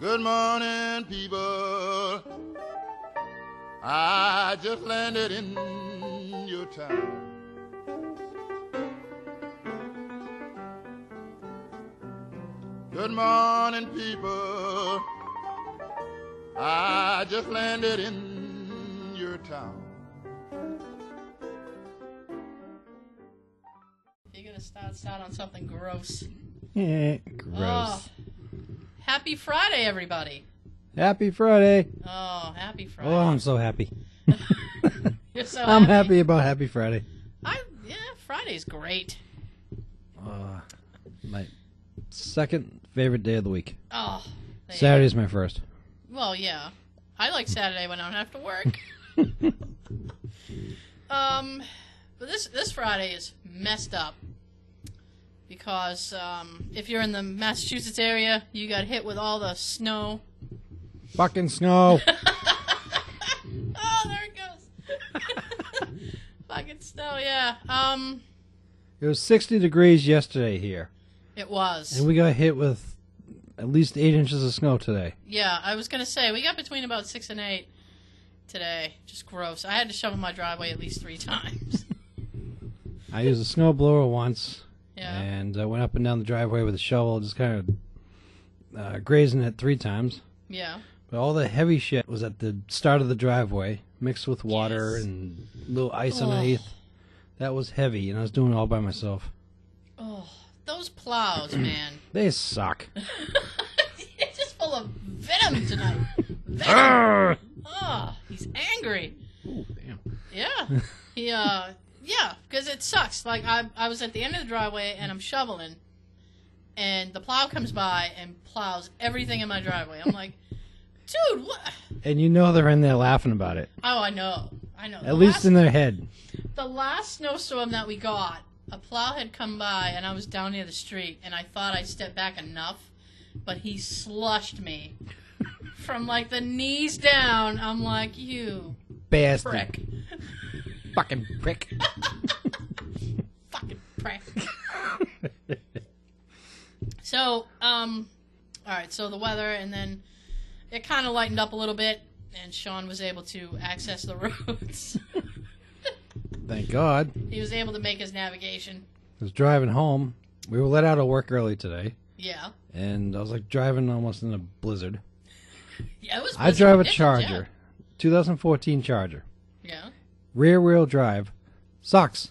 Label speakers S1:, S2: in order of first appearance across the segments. S1: Good morning, people. I just landed in your town. Good morning, people. I just landed in your town.
S2: You're gonna start us out on something gross.
S3: Eh,
S2: Gross.
S3: Gross.
S2: happy Friday, everybody.
S3: Happy Friday.
S2: Oh, happy Friday.
S3: Oh, I'm so happy.
S2: You're so
S3: I'm happy about Happy Friday.
S2: I yeah, Friday's great.
S3: Uh, my second favorite day of the week.
S2: Oh, they-
S3: Saturday's my first.
S2: Well, yeah, I like Saturday when I don't have to work. um, but this this Friday is messed up because um, if you're in the Massachusetts area, you got hit with all the snow.
S3: Fucking snow.
S2: Oh, there it goes. Fucking snow, yeah. Um,
S3: it was 60 degrees yesterday here,
S2: it was.
S3: and we got hit with at least eight inches of snow today.
S2: Yeah, I was gonna say we got between about six and eight today. Just gross. I had to shovel my driveway at least three times.
S3: I used a snow blower once,
S2: Yeah,
S3: and I went up and down the driveway with a shovel, just kind of uh, grazing it three times.
S2: yeah,
S3: But all the heavy shit was at the start of the driveway, mixed with water
S2: Yes.
S3: and little ice
S2: Ugh.
S3: underneath. That was heavy, and I was doing it all by myself.
S2: Oh, those plows, man.
S3: They suck.
S2: it's just full of venom tonight. Venom.
S3: Arrgh!
S2: Oh, he's angry.
S3: Damn.
S2: Yeah. He uh yeah, because it sucks. Like I I was at the end of the driveway and I'm shoveling and the plow comes
S3: Mm-hmm.
S2: by and plows everything in my driveway. I'm like, dude, what
S3: And you know they're in there laughing about it,
S2: Oh, I know. I know.
S3: at least
S2: last,
S3: in their head.
S2: the last snowstorm that we got, a plow had come by and I was down near the street and I thought I stepped back enough, but he slushed me from like the knees down. I'm like, you
S3: Bastard.
S2: prick.
S3: Fucking prick.
S2: fucking prick. so, um, all right. So the weather, and then it kind of lightened up a little bit, and Sean was able to access the roads.
S3: Thank God.
S2: he was able to make his navigation.
S3: I was driving home. We were let out of work early today,
S2: Yeah,
S3: and I was like driving almost in a blizzard.
S2: yeah. It was.
S3: I drive a
S2: yeah,
S3: Charger, 2014 Charger,
S2: Yeah,
S3: rear wheel drive. Sucks.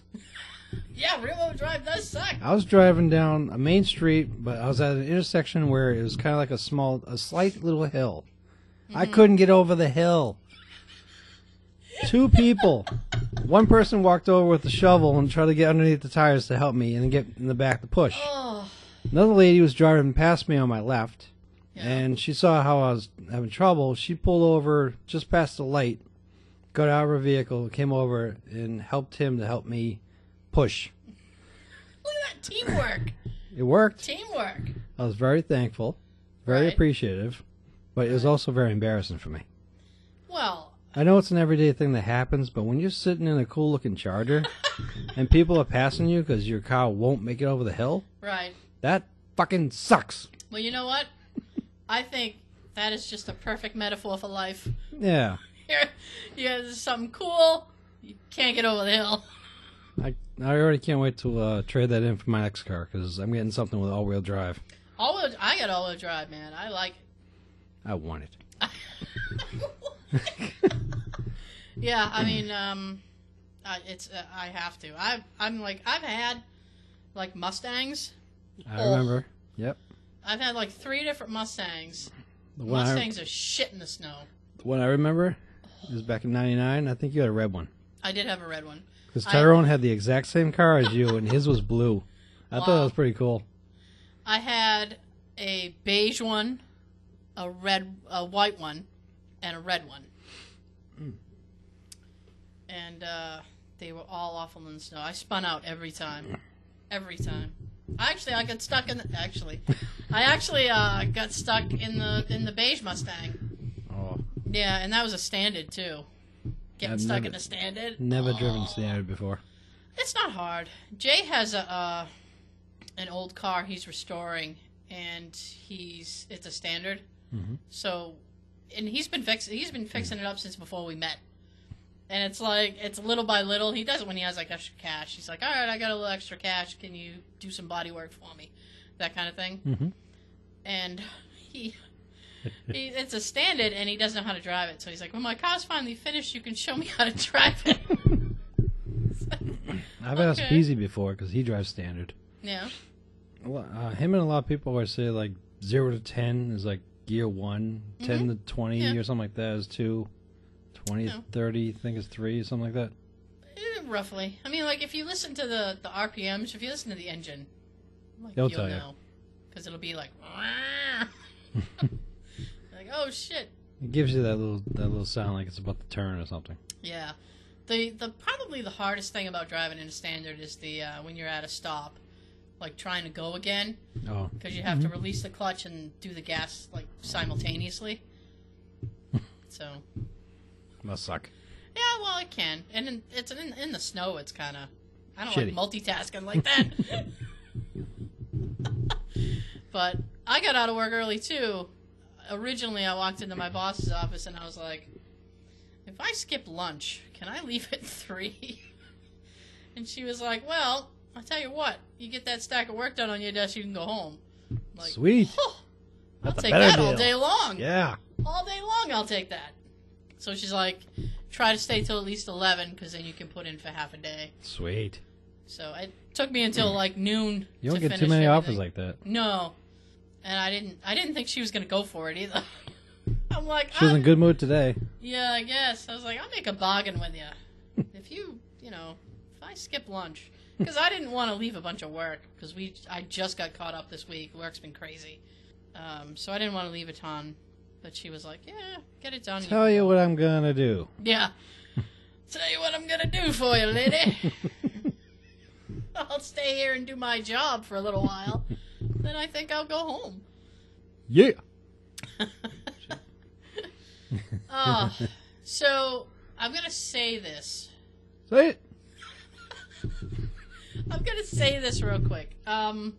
S2: yeah. Real wheel drive does suck.
S3: I was driving down a main street, but I was at an intersection where it was kind of like a small, a slight little hill. I couldn't get over the hill. Two people. One person walked over with a shovel and tried to get underneath the tires to help me and get in the back to push.
S2: Oh,
S3: Another lady was driving past me on my left,
S2: Yeah.
S3: and she saw how I was having trouble. She pulled over just past the light, got out of her vehicle, came over, and helped him to help me push.
S2: look at that teamwork.
S3: It worked.
S2: teamwork.
S3: I was very thankful, very
S2: Right.
S3: appreciative, but it was also very embarrassing for me.
S2: Well,
S3: I know it's an everyday thing that happens, but when you're sitting in a cool looking charger and people are passing you because your car won't make it over the hill,
S2: right.
S3: that fucking sucks.
S2: Well, you know what? I think that is just a perfect metaphor for life.
S3: Yeah,
S2: Here, yeah, this is something cool. You can't get over the hill.
S3: I, I already can't wait to uh, trade that in for my next car because I'm getting something with all wheel drive.
S2: All wheel, I got all wheel drive, man. I like
S3: I want it.
S2: it. yeah, I mean, um, I, it's uh, I have to. I I'm like I've had like Mustangs.
S3: I
S2: Oh.
S3: remember. Yep.
S2: I've had like three different Mustangs.
S3: The one, I,
S2: Mustangs are shit in the snow.
S3: the one I remember is back in 99. I think you had a red one.
S2: I did have a red one.
S3: Because
S2: I-
S3: Tyrone had the exact same car as you, and his was blue. I thought that
S2: Wow.
S3: was pretty cool.
S2: I had a beige one, a red, a white one, and a red one. And uh, they were all awful in the snow. I spun out every time, every time. Actually, I got stuck in. The, actually, I actually uh, got stuck in the in the beige Mustang.
S3: Oh,
S2: Yeah, and that was a standard too. Getting
S3: I've
S2: stuck
S3: never-
S2: in a standard.
S3: never driven standard before.
S2: It's not hard. Jay has a uh, an old car he's restoring, and he's it's a standard, So, and he's been fix he's been fixing it up since before we met. And it's like it's little by little. He does it when he has like extra cash. He's like, "All right, I got a little extra cash. Can you do some body work for me?" That kind of thing.
S3: Mhm.
S2: And he, he it's a standard, and he doesn't know how to drive it. So he's like, "When my car's finally finished, you can show me how to drive it."
S3: I've asked
S2: Okay.
S3: Beezy before because he drives standard.
S2: yeah.
S3: Well, uh, him and a lot of people always say like zero to ten is like gear one, ten to twenty
S2: Mm-hmm. Yeah.
S3: or something like that is two, twenty
S2: No.
S3: to thirty, I think is three, something like that.
S2: Eh, Roughly. I mean, like if you listen to the the RPMs, if you listen to the engine, like
S3: They'll
S2: you'll
S3: tell you.
S2: know, because it'll be like, like oh shit,
S3: It gives you that little that little sound like it's about to turn or something.
S2: yeah. The the probably the hardest thing about driving in a standard is the uh, when you're at a stop, like trying to go again
S3: Oh,
S2: because you have to release the clutch and do the gas like simultaneously. so
S3: must suck.
S2: yeah, well it can, and in, it's in in the snow. It's kind of I don't
S3: Shitty.
S2: like multitasking like that. but I got out of work early too. Originally, I walked into my boss's office and I was like, "If I skip lunch, can I leave at three? and she was like, "Well, I tell you what, you get that stack of work done on your desk, you can go home." I'm like,
S3: Sweet.
S2: "Oh, I'll
S3: That's a
S2: take
S3: better
S2: that all
S3: deal."
S2: day long
S3: Yeah.
S2: all day long I'll take that. So she's like, try to stay till at least 11 because then you can put in for half a day.
S3: Sweet.
S2: So it took me until like noon.
S3: Mm. You don't
S2: to
S3: get too
S2: finish
S3: many offers
S2: everything.
S3: like that.
S2: No, and I didn't. I didn't think she was gonna go for it either. I'm like,
S3: She was
S2: "I'm-
S3: in good mood today.
S2: yeah, I guess. I was like, I'll make a bargain with you. if you, you know, if I skip lunch, because I didn't want to leave a bunch of work because we, I just got caught up this week. Work's been crazy, um, so I didn't want to leave a ton. But she was like, Yeah, get it done.
S3: Tell you what I'm gonna do.
S2: Yeah. Tell you what I'm gonna do for you, lady. I'll stay here and do my job for a little while. then I think I'll go home.
S3: Yeah.
S2: Oh, so I'm gonna say this.
S3: Say it.
S2: I'm gonna say this real quick. Um,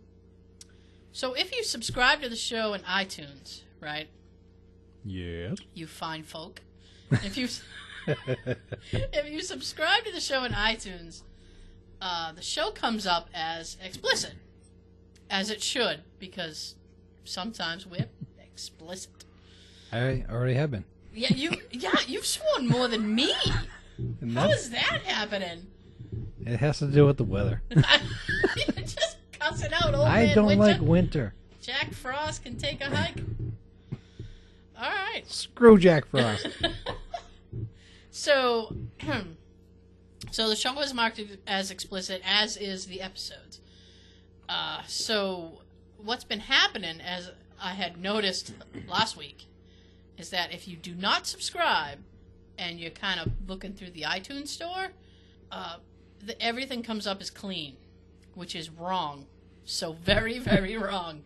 S2: so if you subscribe to the show in iTunes, right?
S3: Yes.
S2: you fine folk. If you if you subscribe to the show in iTunes, uh, the show comes up as explicit, as it should, because sometimes we're explicit.
S3: I already have been.
S2: Yeah, you yeah you've sworn more than me.
S3: And
S2: How
S3: that's,
S2: is that happening?
S3: it has to do with the weather.
S2: You're just cussing out old
S3: I
S2: man
S3: don't
S2: Winter.
S3: like winter.
S2: Jack Frost can take a hike. All right.
S3: Screw Jack Frost.
S2: So, so the show is marked as explicit, as is the episodes. Uh, so, what's been happening, as I had noticed last week, is that if you do not subscribe and you're kind of looking through the iTunes store, uh, the, everything comes up as clean, which is wrong. So, very, very wrong.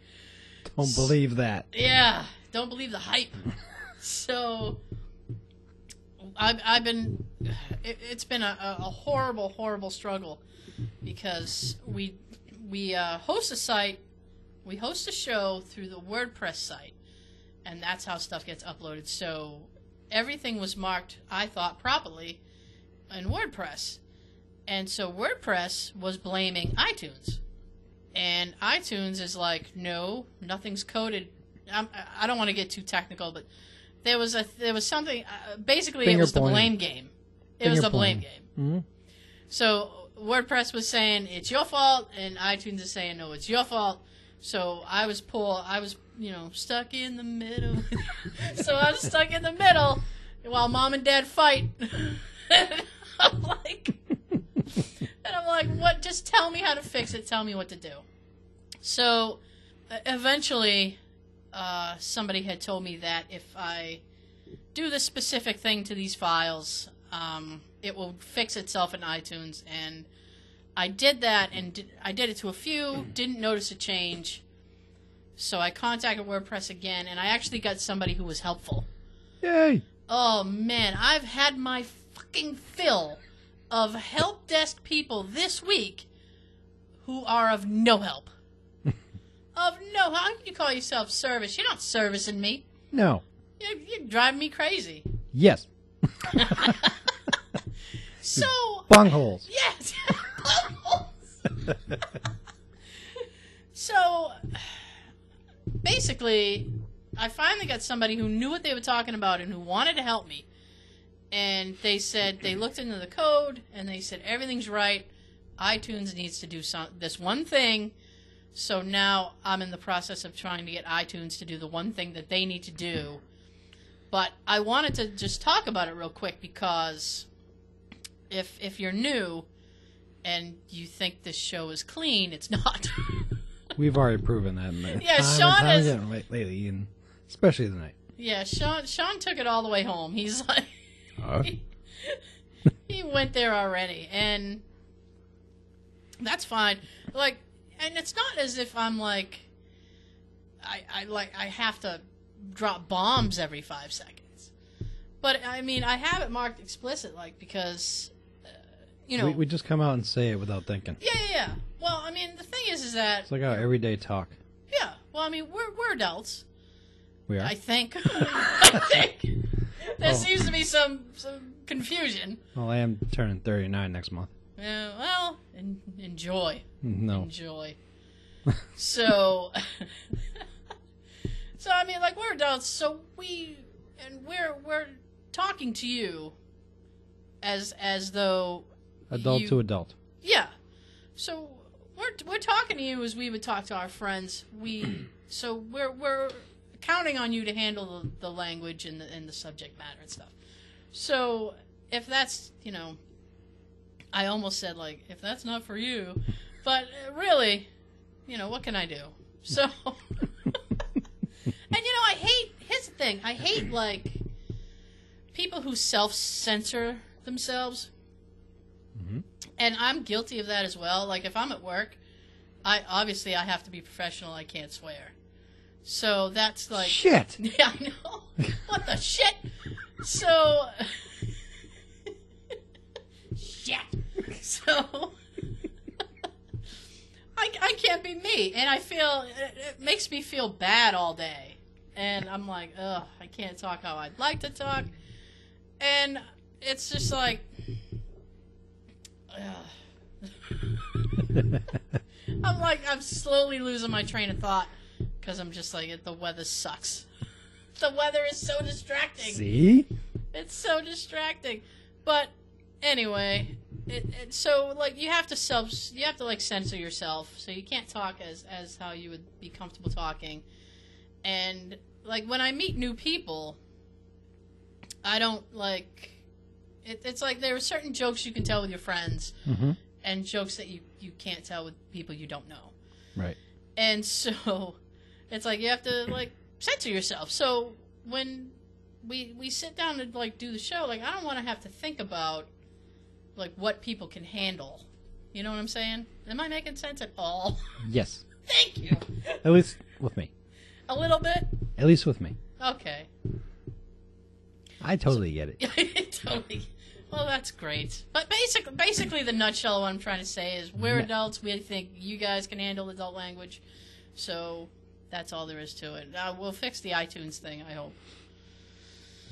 S3: don't believe that.
S2: Yeah, don't believe the hype. so, I've, I've been, it, it's been a, a a horrible, horrible struggle because we we uh, host a site, we host a show through the WordPress site, and that's how stuff gets uploaded. So everything was marked, I thought properly, in WordPress, and so WordPress was blaming iTunes and iTunes is like, no, nothing's coded. I'm, I- I don't want to get too technical, but there was a there was something. Uh, basically, it
S3: Finger
S2: was the
S3: pointing.
S2: blame game. It was
S3: Finger
S2: the blame
S3: pointing.
S2: game.
S3: Mhm.
S2: So WordPress was saying it's your fault, and iTunes is saying no, it's your fault. So I was poor. I was you know stuck in the middle. so I was stuck in the middle while mom and dad fight. I'm like, and I'm like, what? Just tell me how to fix it. Tell me what to do. So uh, eventually, uh, somebody had told me that if I do this specific thing to these files, um, it will fix itself in iTunes. And I did that, and did, I did it to a few. Didn't notice a change. So I contacted WordPress again, and I actually got somebody who was helpful.
S3: Yay.
S2: Oh man, I've had my fucking fill of help desk people this week who are of no help. of no, how can you call yourself service? You're not servicing me.
S3: No.
S2: You, you drive me crazy.
S3: Yes.
S2: So
S3: Bungholes.
S2: yes, so basically, I finally got somebody who knew what they were talking about and who wanted to help me. And they said they looked into the code and they said everything's right. iTunes needs to do some this one thing. So now I'm in the process of trying to get iTunes to do the one thing that they need to do. But I wanted to just talk about it real quick because if if you're new and you think this show is clean, it's not.
S3: We've already proven that. in the-
S2: Yeah,
S3: time and
S2: Sean
S3: time
S2: is-
S3: again late- lately, and especially tonight.
S2: yeah, Sean Sean took it all the way home. He's like he went there already and that's fine like and it's not as if i'm like i i like i have to drop bombs every five seconds but i mean i have it marked explicit like because uh, you know
S3: we, we just come out and say it without thinking.
S2: yeah yeah yeah well i mean the thing is is that
S3: It's like our everyday talk.
S2: yeah well i mean we're we're adults
S3: We are.
S2: i think i think there seems to be some some confusion
S3: well, I am turning 39 next month.
S2: yeah, well en- enjoy
S3: No.
S2: enjoy. so, so I mean, like we're adults, so we and we're we're talking to you as as though
S3: Adult
S2: you-
S3: to adult.
S2: yeah. So we're we're talking to you as we would talk to our friends. We so we're we're counting on you to handle the, the language and the and the subject matter and stuff. So if that's you know, I almost said like if that's not for you, but uh, really, you know what can I do? So and you know I hate here's the thing I hate like people who self censor themselves and I'm guilty of that as well. Like if I'm at work, I obviously I have to be professional. I can't swear. So that's like
S3: Shit!
S2: yeah, I know. What the shit? So shit. So I I can't be me, and I feel it, it makes me feel bad all day, and I'm like, ugh, I can't talk how I'd like to talk, and it's just like. ugh. I'm like I'm slowly losing my train of thought because I'm just like the weather sucks. The weather is so distracting.
S3: See?
S2: It's so distracting. But anyway, it, it, so like you have to self, you have to like censor yourself, so you can't talk as as how you would be comfortable talking. And like when I meet new people, I don't like. It, it's like there are certain jokes you can tell with your friends,
S3: Mhm.
S2: and jokes that you you can't tell with people you don't know.
S3: Right.
S2: And so it's like you have to like censor yourself. So when we we sit down to like do the show, like I don't want to have to think about like what people can handle. You know what I'm saying? Am I making sense at all?
S3: Yes.
S2: Thank you.
S3: At least with me.
S2: A little bit.
S3: At least with me.
S2: Okay.
S3: I totally get it.
S2: totally. Well, that's great. But basically, basically, the nutshell of what I'm trying to say is we're
S3: Yeah.
S2: adults. We think you guys can handle adult language, so that's all there is to it. Uh, we'll fix the iTunes thing. I hope.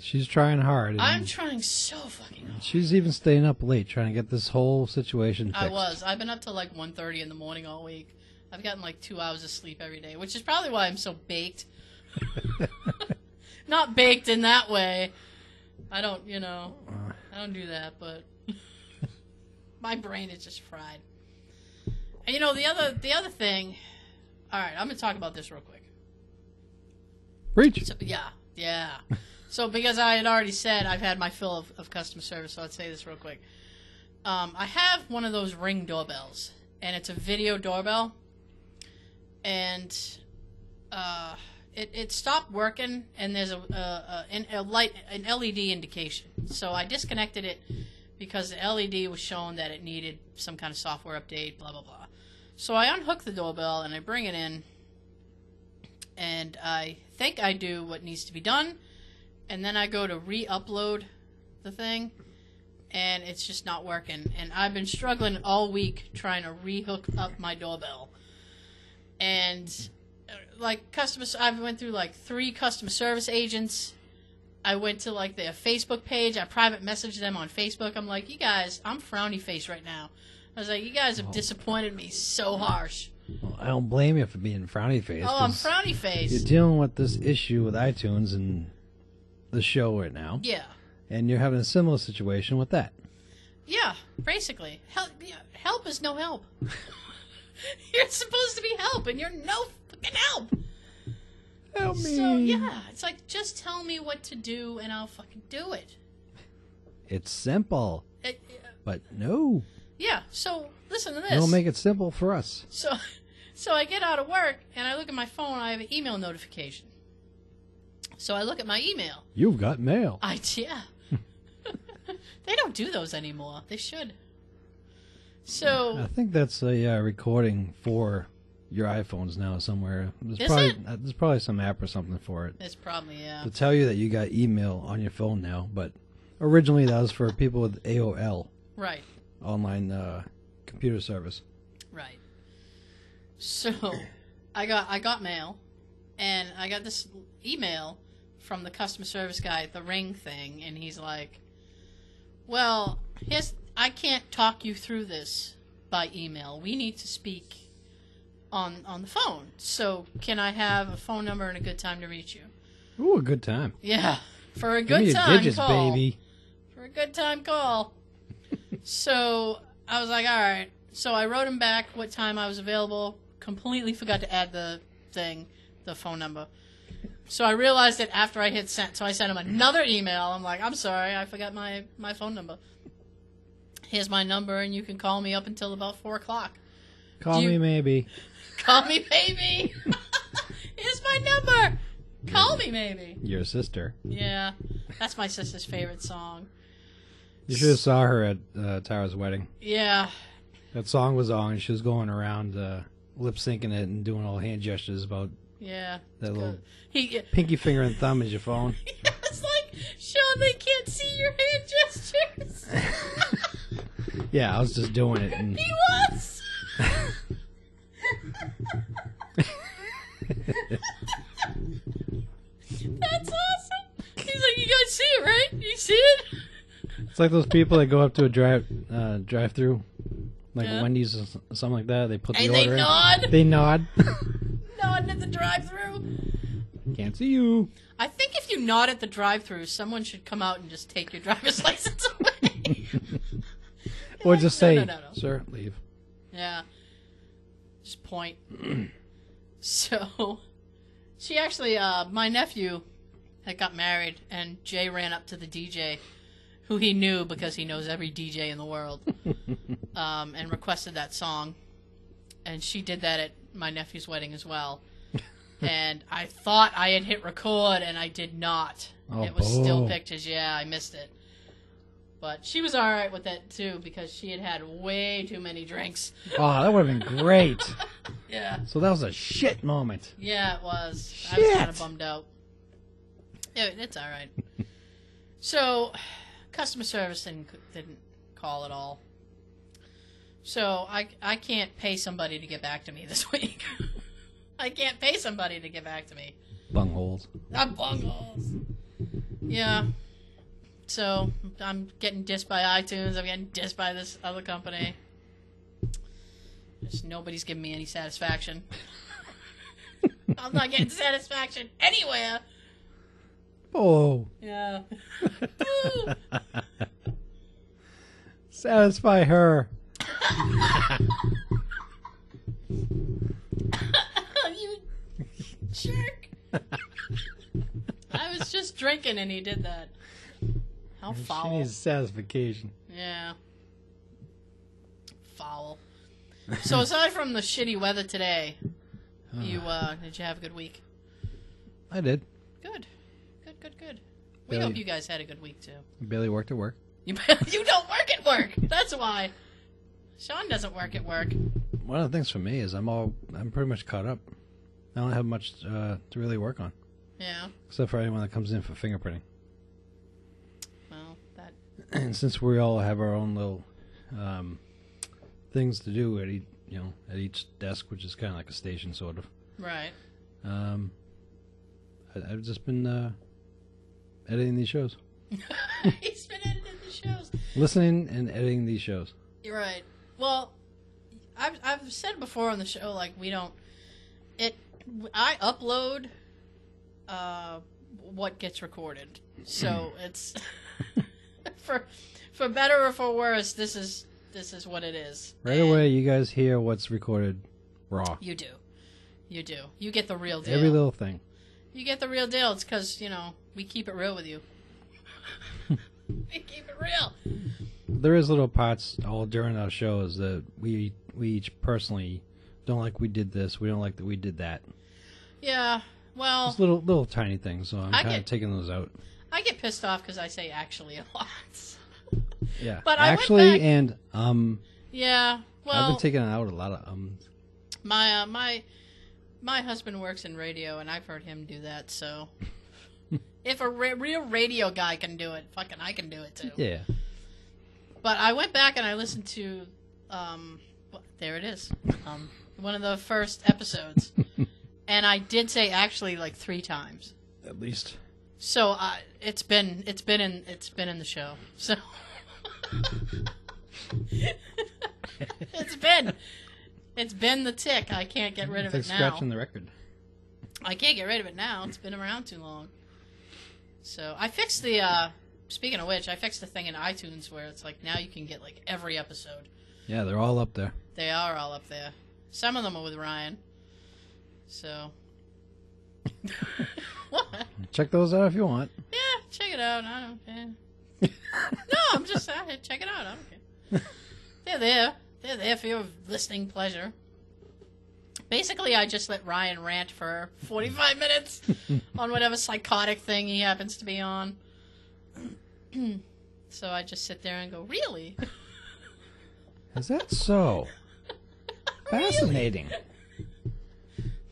S3: She's trying hard. and
S2: I'm trying so fucking hard.
S3: she's even staying up late trying to get this whole situation fixed.
S2: I was. I've been up till like 1.30 in the morning all week. I've gotten like two hours of sleep every day, which is probably why I'm so baked. Not baked in that way. I don't, you know, I don't do that, but my brain is just fried. And you know, the other the other thing. All right, I'm going to talk about this real quick.
S3: Reach.
S2: So, yeah, yeah. So because I had already said I've had my fill of, of customer service, so I'd say this real quick. Um, I have one of those ring doorbells, and it's a video doorbell, and uh, it it stopped working, and there's a, a, a, an- a light an LED indication. So I disconnected it because the LED was showing that it needed some kind of software update, blah blah blah. So I unhook the doorbell and I bring it in and I think I do what needs to be done, and then I go to re-upload the thing, and it's just not working. And I've been struggling all week trying to re-hook up my doorbell, and uh, like customer. I went through like three customer service agents. I went to like their Facebook page. I private messaged them on Facebook. I'm like, you guys, I'm frowny face right now. I was like, you guys have disappointed me so harsh.
S3: Well, I don't blame you for being frowny faced.
S2: Oh, I'm frowny
S3: You're
S2: face.
S3: dealing with this issue with iTunes and the show right now,
S2: Yeah,
S3: and you're having a similar situation with that.
S2: yeah. Basically, help. yeah, Help is no help. you're supposed to be help, and you're no fucking help.
S3: Help
S2: So yeah, it's like just tell me what to do, and I'll fucking do it.
S3: It's simple,
S2: It-
S3: but no,
S2: yeah. So listen to this.
S3: don't make it simple for us.
S2: So, so I get out of work and I look at my phone. I have an email notification. So I look at my email.
S3: You've got mail.
S2: I yeah. they don't do those anymore. They should.
S3: I
S2: So
S3: think that's a uh, recording for your iPhones now somewhere. There's
S2: Is
S3: probably
S2: it?
S3: uh, there's probably some app or something for it
S2: it's probably yeah.
S3: to tell you that you got email on your phone now. But originally that was for people with AOL
S2: Right,
S3: online uh, computer service.
S2: right. So I got I got mail, and I got this email from the customer service guy at the ring thing, and he's like, "Well, here's I can't talk you through this by email. We need to speak on on the phone. So can I have a phone number and a good time to reach you?
S3: Ooh, a good time.
S2: Yeah, for a
S3: Give me
S2: good
S3: your
S2: time
S3: digits,
S2: call.
S3: baby.
S2: for a good time call. so I was like, all right. So I wrote him back what time I was available. Completely forgot to add the thing, the phone number. So I realized it after I hit sent. So I sent him another email. I'm like, I'm sorry, I forgot my my phone number. Here's my number, and you can call me up until about four o'clock.
S3: Call
S2: Do you-
S3: me maybe.
S2: Call me, baby. Here's my number. Call me, maybe.
S3: Your sister.
S2: Yeah, that's my sister's favorite song.
S3: You should have saw her at uh, Tara's wedding.
S2: Yeah,
S3: That song was on. and She was going around uh, lip syncing it and doing all hand gestures about
S2: yeah.
S3: that little
S2: He
S3: pinky finger and thumb is your phone.
S2: it's like, Sean, they can't see your hand gestures.
S3: Yeah, I was just doing it. And
S2: he was. That's awesome. He's like, you guys see it, right? You see it?
S3: it's like those people that go up to a drive uh, drive through, like
S2: Yeah.
S3: Wendy's or s- something like that. They put the
S2: And they
S3: order
S2: nod.
S3: in. They nod.
S2: Nodding at the drive-through.
S3: Can't see you.
S2: I think if you nod at the drive-through, someone should come out and just take your driver's license away.
S3: Or just
S2: No,
S3: say,
S2: no, no, no.
S3: "Sir, leave."
S2: Yeah. Just point. so, she actually, uh, my nephew had got married, and Jay ran up to the DJ, who he knew because he knows every DJ in the world, um, and requested that song. And she did that at my nephew's wedding as well. and I thought I had hit record, and I did not.
S3: Oh,
S2: it was still
S3: boo.
S2: pictures. Yeah, I missed it. But she was all right with that too because she had had way too many drinks.
S3: Oh, that would have been great.
S2: Yeah.
S3: So that was a shit moment.
S2: Yeah, it was. I was kind
S3: Shit.
S2: of bummed out. Yeah, it's all right. so, customer service didn't didn't call at all. So I I can't pay somebody to get back to me this week. I can't pay somebody to get back to me.
S3: Bungholes.
S2: I'm bungles. Yeah. So I'm getting dissed by iTunes. I'm getting dissed by this other company. Just nobody's giving me any satisfaction. I'm not getting satisfaction anywhere.
S3: Oh,
S2: Yeah. Boo.
S3: satisfy her.
S2: you jerk. I was just drinking and he did that. How
S3: She
S2: foul.
S3: needs satisfaction.
S2: Yeah. Foul. So aside from the shitty weather today, you uh did you have a good week?
S3: I did.
S2: Good. Good, good, good. We
S3: Billy-
S2: hope you guys had a good week too.
S3: Barely worked at work.
S2: You you don't work at work. That's why. Sean doesn't work at work.
S3: One of the things for me is I'm all I'm pretty much caught up. I don't have much uh, to really work on,
S2: Yeah.
S3: except for anyone that comes in for fingerprinting.
S2: Well, that
S3: And since we all have our own little um, things to do at each, you know, at each desk, which is kind of like a station, sort of,
S2: right.
S3: Um, I, I've just been uh, editing these shows,
S2: He's been editing the shows.
S3: listening and editing these shows.
S2: You're right. Well, I've I've said before on the show like we don't it I upload uh what gets recorded. So
S3: Hmm.
S2: it's for for better or for worse this is this is what it is.
S3: Right
S2: And
S3: away, you guys hear what's recorded raw.
S2: You do. You do. You get the real deal.
S3: Every little thing.
S2: You get the real deal. It's because, you know, we keep it real with you. we keep it real.
S3: There is little parts all during our shows that we we each personally don't like. We did this. We don't like that we did that.
S2: Yeah. Well,
S3: Just little little tiny things. So I'm
S2: I
S3: kind of
S2: get-
S3: taking those out.
S2: I get pissed off because I say actually a lot.
S3: Yeah.
S2: But I went
S3: actually,
S2: back-
S3: and um,
S2: Yeah.
S3: I've
S2: Well,
S3: been taking out a lot of um, ums.
S2: my uh, my my husband works in radio, and I've heard him do that. So, if a re- real radio guy can do it, fucking I can do it too.
S3: Yeah.
S2: But I went back and I listened to, um, wh- there it is, um, one of the first episodes, and I did say actually like three times.
S3: At least.
S2: So uh, it's been it's been in it's been in the show. So it's been it's been the tick. I can't get rid of
S3: It's like
S2: it now.
S3: scratching the record.
S2: I can't get rid of it now. It's been around too long. So I fixed the. Uh, speaking of which, I fixed the thing in iTunes where it's like now you can get like every episode.
S3: Yeah, they're all up there.
S2: They are all up there. Some of them are with Ryan. So. what?
S3: Check those out if you want.
S2: Yeah, check it out. I don't care. no, I'm just out here. Check it out. I don't care. They're there. They're there for your listening pleasure. Basically, I just let Ryan rant for 45 minutes on whatever psychotic thing he happens to be on. so I just sit there and go, Really?
S3: Is that so? Fascinating.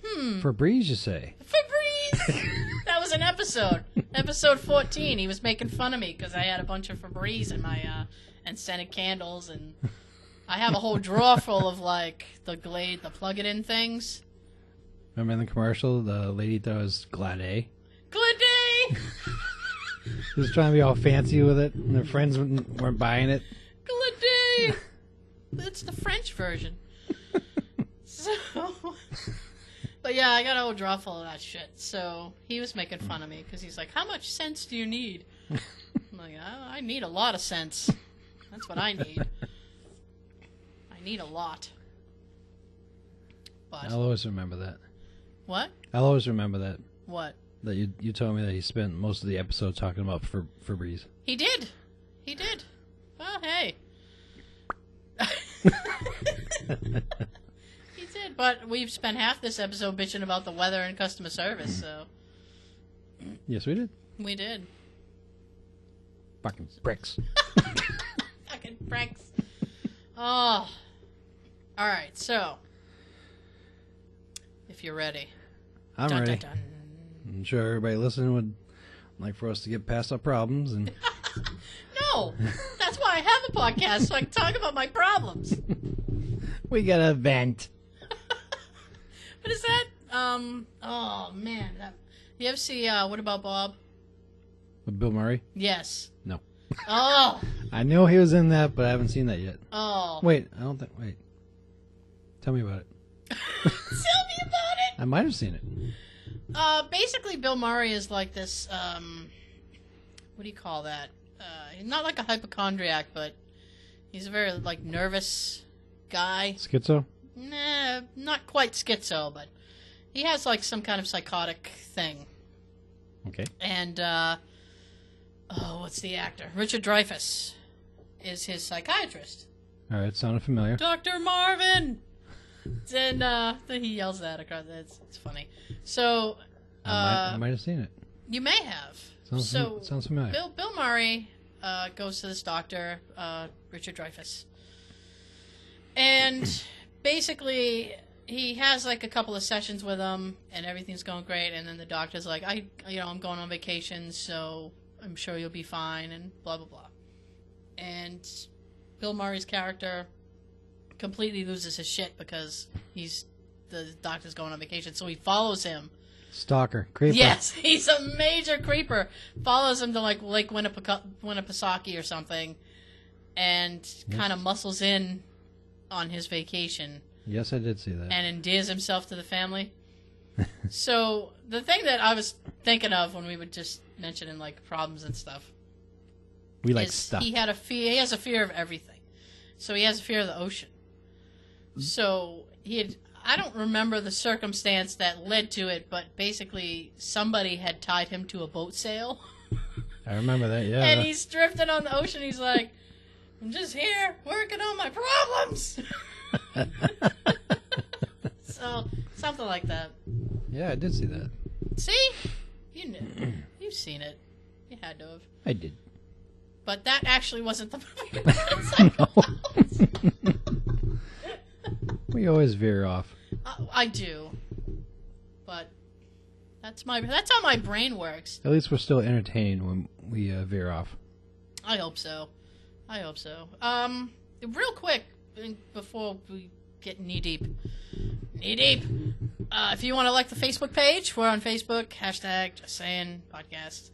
S3: Hmm. Febreze, you say?
S2: Febreze! that was an episode. Episode 14. He was making fun of me because I had a bunch of Febreze in my, uh, and scented candles, and I have a whole drawer full of, like, the Glade, the plug it in things.
S3: Remember in the commercial, the lady that was Glad A?
S2: Glade!
S3: She was trying to be all fancy with it, and her friends wouldn't- weren't buying it.
S2: Glade! It's the French version. So. But yeah, I got a whole drawer full of that shit. So he was making fun of me because he's like, How much sense do you need? I'm like, I, I need a lot of sense. That's what I need. I need a lot. But
S3: I'll always remember that.
S2: what?
S3: I'll always remember that.
S2: What?
S3: That you you told me that he spent most of the episode talking about Fer, Febreze.
S2: He did. He did. Well, hey. he did, but we've spent half this episode bitching about the weather and customer service, so
S3: Yes, we did.
S2: we did.
S3: Fucking bricks.
S2: Fucking pranks. Oh. All right, so if you're ready.
S3: I'm
S2: Dun, dun,
S3: ready.
S2: dun.
S3: I'm sure everybody listening would like for us to get past our problems and
S2: No, that's why I have a podcast so I can talk about my problems.
S3: we got to vent.
S2: What is that? Um. Oh man, that, you ever see uh, What About Bob?
S3: With Bill Murray?
S2: Yes.
S3: No.
S2: Oh.
S3: I know he was in that, but I haven't seen that yet.
S2: Oh.
S3: Wait, I don't think. Wait. Tell me about it.
S2: Tell me about it.
S3: I might have seen it.
S2: Uh, basically, Bill Murray is like this. Um, what do you call that? Uh, he's not like a hypochondriac, but he's a very like nervous guy.
S3: Schizo?
S2: Nah, not quite schizo, but he has like some kind of psychotic thing.
S3: Okay.
S2: and uh, oh, what's the actor? Richard Dreyfuss is his psychiatrist,
S3: All right, sounded familiar.
S2: Doctor Marvin. And uh, then he yells that across. It's, it's funny. So
S3: I, might, I
S2: uh,
S3: might have seen it.
S2: you may have.
S3: Sounds,
S2: so
S3: sounds familiar.
S2: Bill Bill Murray uh, goes to this doctor, uh, Richard Dreyfuss, and basically he has like a couple of sessions with him, and everything's going great. And then the doctor's like, "I, you know, I'm going on vacation, so I'm sure you'll be fine," and blah blah blah. And Bill Murray's character completely loses his shit because he's the doctor's going on vacation, so he follows him.
S3: Stalker. Creeper.
S2: Yes, he's a major creeper. Follows him to like Lake Winnipesaukee Winnipesaukee or something, and kind of muscles in on his vacation
S3: Yes, I did see that.
S2: and endears himself to the family. so the thing that I was thinking of when we were just mentioning like problems and stuff
S3: we like
S2: is
S3: stuff.
S2: he had a fear. He has a fear of everything, so he has a fear of the ocean. So he had. I don't remember the circumstance that led to it, but basically somebody had tied him to a boat sail,
S3: I remember that. Yeah.
S2: and he's drifting on the ocean. He's like, "I'm just here working on my problems." so something like that.
S3: yeah, I did see that.
S2: See, you knew, you've seen it. You had to have.
S3: I did.
S2: But that actually wasn't the movie. That's like-
S3: We always veer off.
S2: I, I do, but that's my that's how my brain works.
S3: At least we're still entertaining when we uh, veer off.
S2: I hope so. I hope so. Um, real quick and before we get knee deep, knee deep. Uh, if you want to like the Facebook page, we're on Facebook. Hashtag Just Saying Podcast.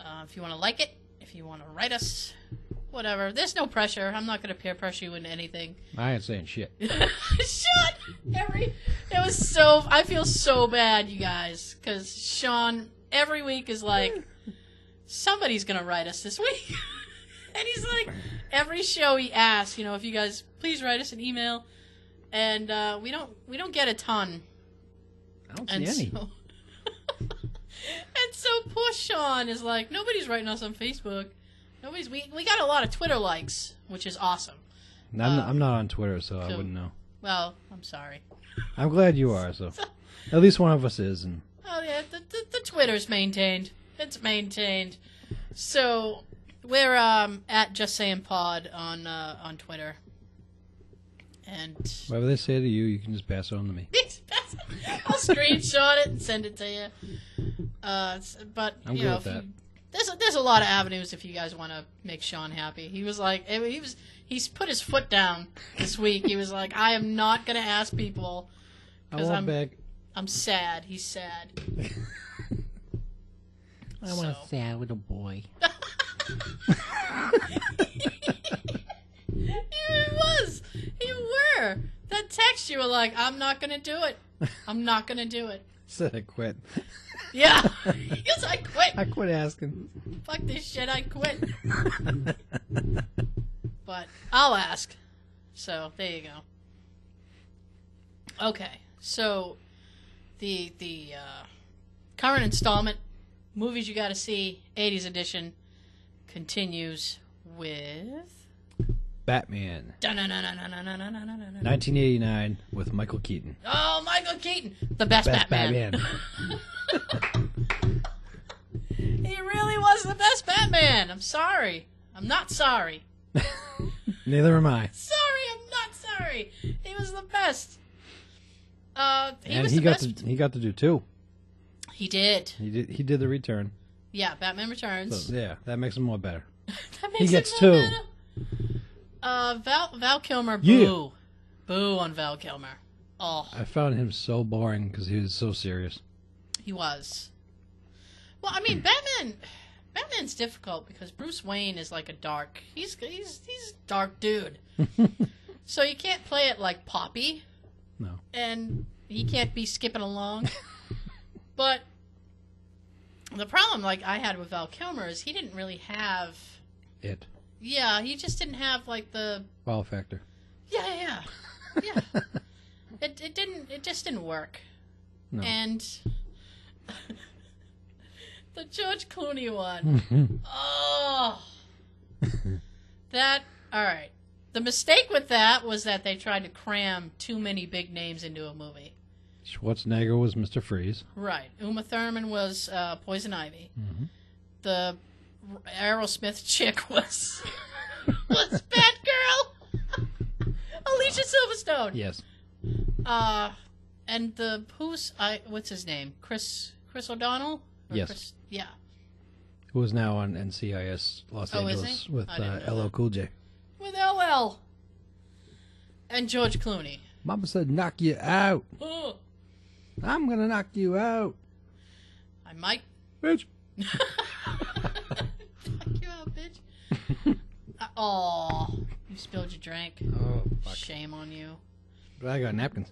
S2: Uh, if you want to like it, if you want to write us, whatever. There's no pressure. I'm not going to peer pressure you into anything.
S3: I ain't saying shit.
S2: Sean, every it was so. I feel so bad, you guys, because Sean every week is like, somebody's gonna write us this week, and he's like, every show he asks, you know, if you guys please write us an email, and uh, we don't we don't get a ton,
S3: I don't
S2: and
S3: see any.
S2: so. And so poor Sean is like, nobody's writing us on Facebook. Nobody's we we got a lot of Twitter likes, which is awesome.
S3: I'm, not, I'm not on Twitter, so I
S2: uh, so-
S3: wouldn't know.
S2: Well, I'm sorry.
S3: I'm glad you are, so. At least one of us is. And
S2: Oh yeah, the, the, the Twitter's maintained. It's maintained. So we're um, at Just Saying Pod on uh, on Twitter, and
S3: whatever they say to you, you can just pass it on to me.
S2: I'll screenshot it and send it to you. Uh, s- but
S3: I'm
S2: you
S3: good
S2: know,
S3: with
S2: if
S3: that.
S2: You, there's a, there's a lot of avenues if you guys want to make Sean happy. He was like, I mean, he was he's put his foot down this week. he was like, I am not gonna ask people.
S3: I
S2: 'Cause
S3: want
S2: I'm-
S3: back.
S2: I'm sad. He's sad.
S3: I
S2: want a so-
S3: sad little boy.
S2: It was. You were. That text you were like, I'm not gonna do it. I'm not gonna do it.
S3: Said I quit.
S2: Yeah. Because I
S3: I
S2: quit.
S3: quit asking.
S2: Fuck this shit, I quit. But I'll ask. So there you go. Okay. So the the uh, current installment, movies you gotta see, eighties edition, continues with
S3: Batman,
S2: dun dun dun dun dun dun dun dun dun dun
S3: 1989, with Michael Keaton.
S2: Oh, Michael Keaton, the best,
S3: Best
S2: Batman.
S3: Batman.
S2: he really was the best Batman. I'm sorry. I'm not sorry.
S3: Neither am I.
S2: Sorry, I'm not sorry. He was the best. Uh, he
S3: and
S2: was
S3: he
S2: the
S3: got
S2: best.
S3: to he got to do two.
S2: He did.
S3: He did he did the return.
S2: Yeah, Batman Returns.
S3: So yeah, that makes him more better.
S2: that makes
S3: he
S2: it
S3: gets
S2: more
S3: two.
S2: better. Uh, Val Val Kilmer. Boo,
S3: Yeah.
S2: boo on Val Kilmer. Oh,
S3: I found him so boring because he was so serious.
S2: He was. Well, I mean, Batman. Batman's difficult because Bruce Wayne is like a dark. He's he's he's a dark dude. so you can't play it like Poppy,
S3: No,
S2: and he can't be skipping along. but the problem, like I had with Val Kilmer, is he didn't really have.
S3: it
S2: Yeah, he just didn't have like the
S3: wow factor.
S2: yeah, yeah, yeah. yeah. it it didn't it just didn't work.
S3: No.
S2: And the George Clooney one. oh. that all right. The mistake with that was that they tried to cram too many big names into a movie.
S3: Schwarzenegger was Mr. Freeze.
S2: Right. Uma Thurman was uh, Poison Ivy. The Aerosmith chick was was Batgirl. Alicia Silverstone.
S3: Yes,
S2: Uh, and the who's I? What's his name? Chris Chris O'Donnell.
S3: Yes.
S2: Chris, yeah.
S3: who is now on NCIS Los
S2: Oh, is
S3: Angeles
S2: he?
S3: with
S2: I didn't
S3: uh,
S2: know
S3: LL Cool J.
S2: With LL. And George Clooney.
S3: Mama said, knock you out.
S2: Ugh.
S3: I'm going to knock you out.
S2: I might
S3: Bitch.
S2: knock you out, bitch. Oh, you spilled your drink.
S3: Oh, fuck.
S2: Shame on you.
S3: But I got napkins.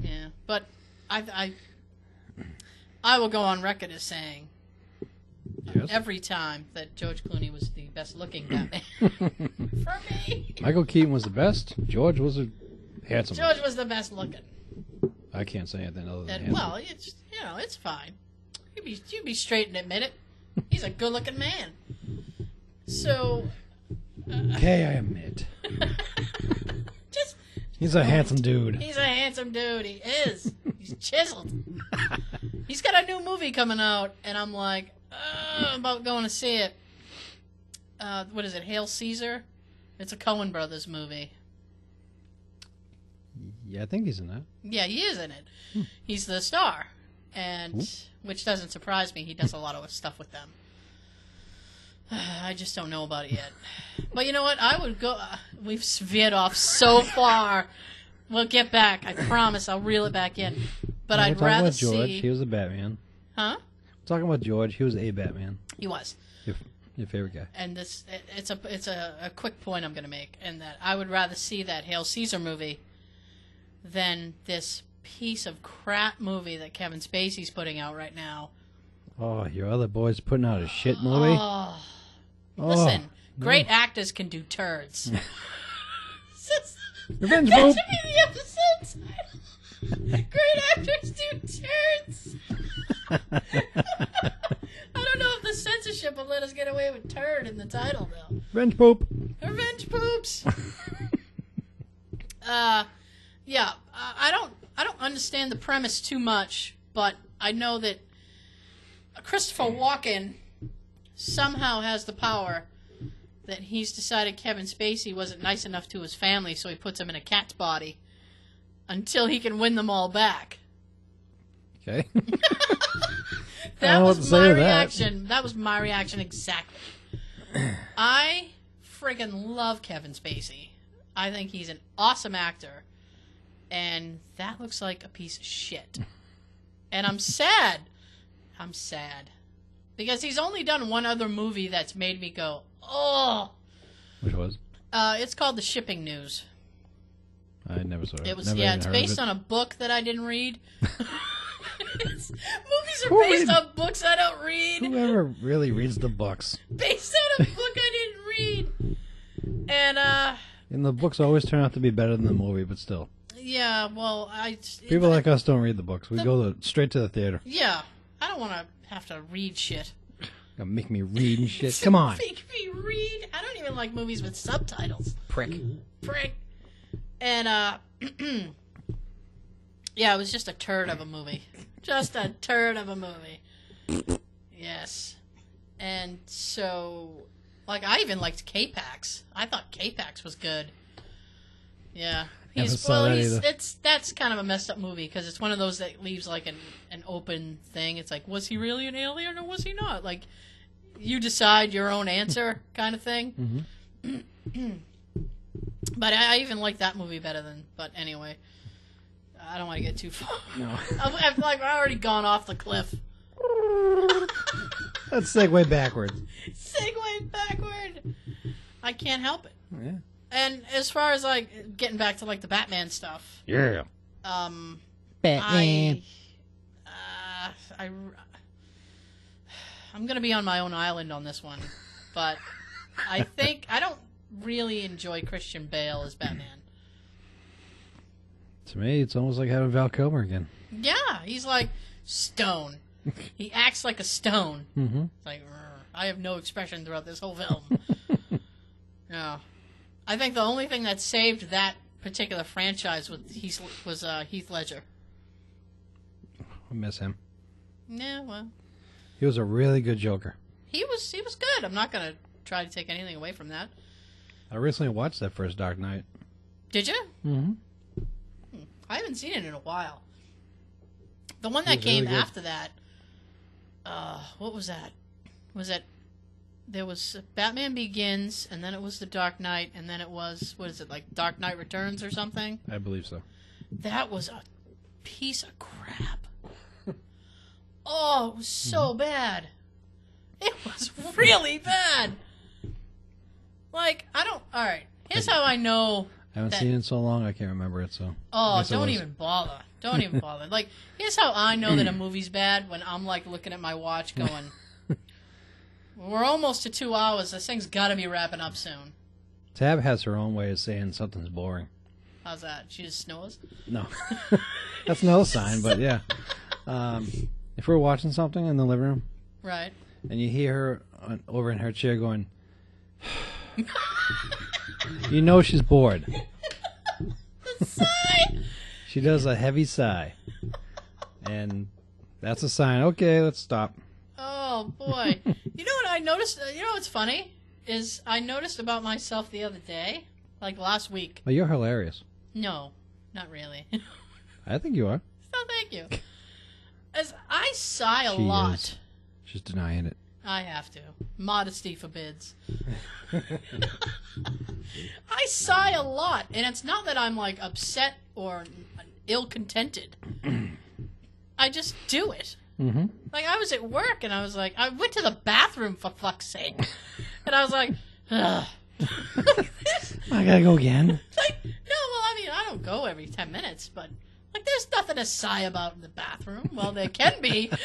S2: Yeah, but I, I, I will go on record as saying
S3: Yes.
S2: every time that George Clooney was the best looking Batman for me.
S3: Michael Keaton was the best. George was a handsome.
S2: George was the best looking.
S3: I can't say anything other than
S2: And
S3: handsome.
S2: well, it's you know it's fine. You'd be you'd be straight and admit it. He's a good looking man. So
S3: okay, I admit.
S2: just
S3: He's a handsome dude.
S2: he's a handsome dude. He is. He's chiseled. he's got a new movie coming out, and I'm like uh, I'm about going to see it. Uh, what is it? Hail Caesar. It's a Cohen Brothers movie.
S3: Yeah, I think he's in that.
S2: Yeah, he is in it.
S3: Hmm.
S2: He's the star, and which doesn't surprise me. He does a lot of stuff with them. I just don't know about it yet. But you know what? I would go. Uh, we've veered off so far. We'll get back. I promise. I'll reel it back in. But
S3: We're
S2: I'd
S3: talking
S2: rather
S3: about George.
S2: see.
S3: He was a Batman.
S2: huh?
S3: We're talking about George. He was a Batman.
S2: He was.
S3: Your, your favorite guy.
S2: and this it- it's a it's a, a quick point I'm going to make, and that I would rather see that Hail Caesar movie than this piece of crap movie that Kevin Spacey's putting out right now.
S3: Oh, your other boy's putting out a shit movie.
S2: Oh,
S3: Oh,
S2: listen, great actors can do turds. That's-
S3: Revenge
S2: that
S3: Boop.
S2: should be the episode title. Great actors do turds. I don't know if the censorship will let us get away with turd in the title though.
S3: Revenge poop.
S2: Revenge poops. uh, yeah, I I don't, I don't understand the premise too much, but I know that Christopher Walken somehow has the power that he's decided Kevin Spacey wasn't nice enough to his family, so he puts him in a cat's body until he can win them all back.
S3: Okay. I
S2: That
S3: don't know what
S2: was
S3: to
S2: my
S3: say to that.
S2: reaction. That. was my reaction exactly. I friggin' love Kevin Spacey. I think he's an awesome actor. And that looks like a piece of shit. And I'm sad. I'm sad. Because he's only done one other movie that's made me go, oh.
S3: Which was?
S2: Uh, it's called The Shipping News.
S3: I never saw it.
S2: It was
S3: Never
S2: yeah.
S3: even
S2: It's
S3: heard of
S2: based
S3: it.
S2: on a book that I didn't read. It's- movies are
S3: Who
S2: based
S3: read-
S2: on books I don't read.
S3: Whoever really reads the books.
S2: based on a book I didn't read. And uh
S3: And the books always turn out to be better than the movie, but still.
S2: yeah, well I
S3: People like us don't read the books. We go to, straight to the theater.
S2: yeah, I don't want to have to read shit.
S3: Gonna make me read and shit. Come on.
S2: Make me read. I don't even like movies with subtitles.
S3: Prick.
S2: Prick. And uh Yeah, it was just a turd of a movie. Just a turd of a movie. Yes. And so like I even liked K-Pax. I thought K-Pax was good. Yeah.
S3: Never
S2: He's
S3: saw
S2: well,
S3: that
S2: he's
S3: either.
S2: it's that's kind of a messed up movie because it's one of those that leaves like an an open thing. It's like was he really an alien or was he not? Like you decide your own answer kind of thing.
S3: Mm-hmm.
S2: but I, I even like that movie better than. But anyway, I don't want to get too far.
S3: No.
S2: I'm, I'm like I've already gone off the cliff.
S3: Let's segue backwards.
S2: Segway backward. I can't help it.
S3: Yeah.
S2: And as far as like getting back to like the Batman stuff,
S3: Yeah.
S2: um,
S3: Batman.
S2: I, uh, I, I'm gonna be on my own island on this one, but I think I don't really enjoy Christian Bale as Batman.
S3: To me, it's almost like having Val Kilmer again.
S2: Yeah, he's like stone. He acts like a stone.
S3: Mm-hmm.
S2: It's Like "Rrr, I have no expression throughout this whole film. no, I think the only thing that saved that particular franchise was Heath, was uh, Heath Ledger.
S3: I miss him.
S2: Yeah, well,
S3: He was a really good Joker.
S2: he was he was good. I'm not gonna try to take anything away from that.
S3: I recently watched that first Dark Knight.
S2: Did you?
S3: Mm-hmm.
S2: I haven't seen it in a while. The one that
S3: was really
S2: came
S3: good.
S2: after that, uh, what was that? Was that there was Batman Begins, and then it was The Dark Knight, and then it was what is it like Dark Knight Returns or something?
S3: I believe so.
S2: That was a piece of crap. Oh, it was
S3: Mm-hmm.
S2: so bad. It was really bad. Like, I don't. Alright, here's how I know.
S3: I haven't
S2: That-
S3: seen it in so long, I can't remember it. So
S2: Oh,
S3: Yes, it
S2: don't
S3: was.
S2: even bother. Don't even bother. Like, here's how I know that a movie's bad when I'm, like, looking at my watch going, we're almost to two hours. This thing's gotta be wrapping up soon.
S3: Tab has her own way of saying something's boring.
S2: How's that? She just snores?
S3: No, that's another sign. But yeah, um, if we're watching something in the living room
S2: Right.
S3: and you hear her on, over in her chair going, you know she's bored.
S2: Sigh!
S3: She does a heavy sigh, and that's a sign. Okay, let's stop.
S2: Oh boy! you know what I noticed? You know what's funny is I noticed about myself the other day, like last week.
S3: Well, you're hilarious.
S2: No, not really. no,
S3: I think you are.
S2: thank you. As I sigh a
S3: She
S2: lot,
S3: is. She's denying it.
S2: I have to. Modesty forbids. I sigh a lot, and it's not that I'm like upset or ill-contented. I just do it.
S3: Mm-hmm.
S2: Like I was at work and I was like, I went to the bathroom for fuck's sake, and I was like, Ugh.
S3: I gotta go again.
S2: like no, well I mean I don't go every ten minutes, but like there's nothing to sigh about in the bathroom. Well, there can be.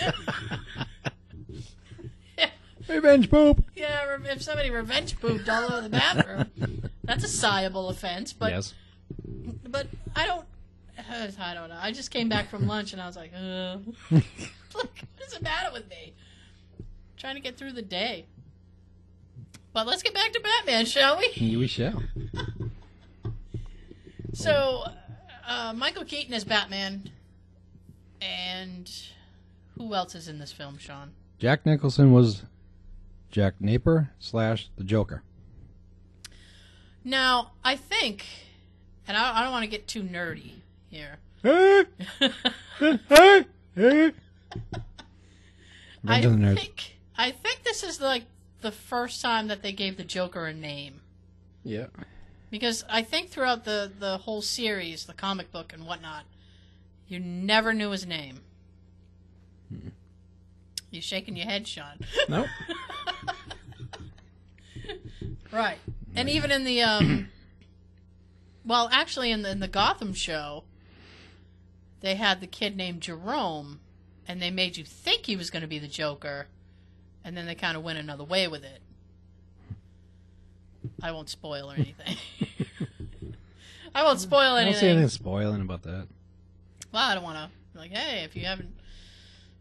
S3: Revenge poop.
S2: yeah, re- if somebody revenge pooped all over the bathroom, that's a sighable offense. But
S3: yes.
S2: but I don't. I don't know. I just came back from lunch and I was like, Ugh. like, what is the matter with me? trying to get through the day. But let's get back to Batman, shall we?
S3: We shall.
S2: So, uh, Michael Keaton is Batman, and who else is in this film, Sean?
S3: Jack Nicholson was Jack Napier slash the Joker.
S2: Now, I think, and I, I don't want to get too nerdy here.
S3: Revenge
S2: I
S3: of the Nerds.
S2: think I think this is like the first time that they gave the Joker a name.
S3: Yeah.
S2: Because I think throughout the, the whole series, the comic book and whatnot, you never knew his name. You're shaking your head, Sean.
S3: No.
S2: right. And even in the um well, actually in the in the Gotham show, they had the kid named Jerome and they made you think he was gonna be the Joker, and then they kinda went another way with it. I won't spoil or anything. I won't spoil
S3: I
S2: anything.
S3: don't see anything spoiling about that.
S2: Well, I don't want to. Like, hey, if you haven't.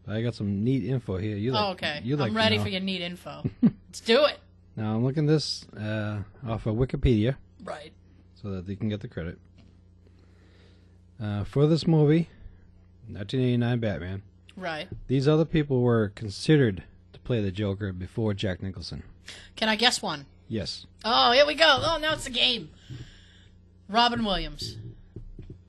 S3: I got some neat info here. You like,
S2: oh, okay.
S3: You like
S2: I'm
S3: to
S2: ready
S3: know.
S2: for your neat info. Let's do it.
S3: Now I'm looking this uh, off of Wikipedia
S2: Right.
S3: so that they can get the credit. Uh, for this movie, 1989 Batman,
S2: Right.
S3: these other people were considered to play the Joker before Jack Nicholson.
S2: Can I guess one?
S3: Yes,
S2: Oh, here we go. Oh, now it's a game. Robin Williams.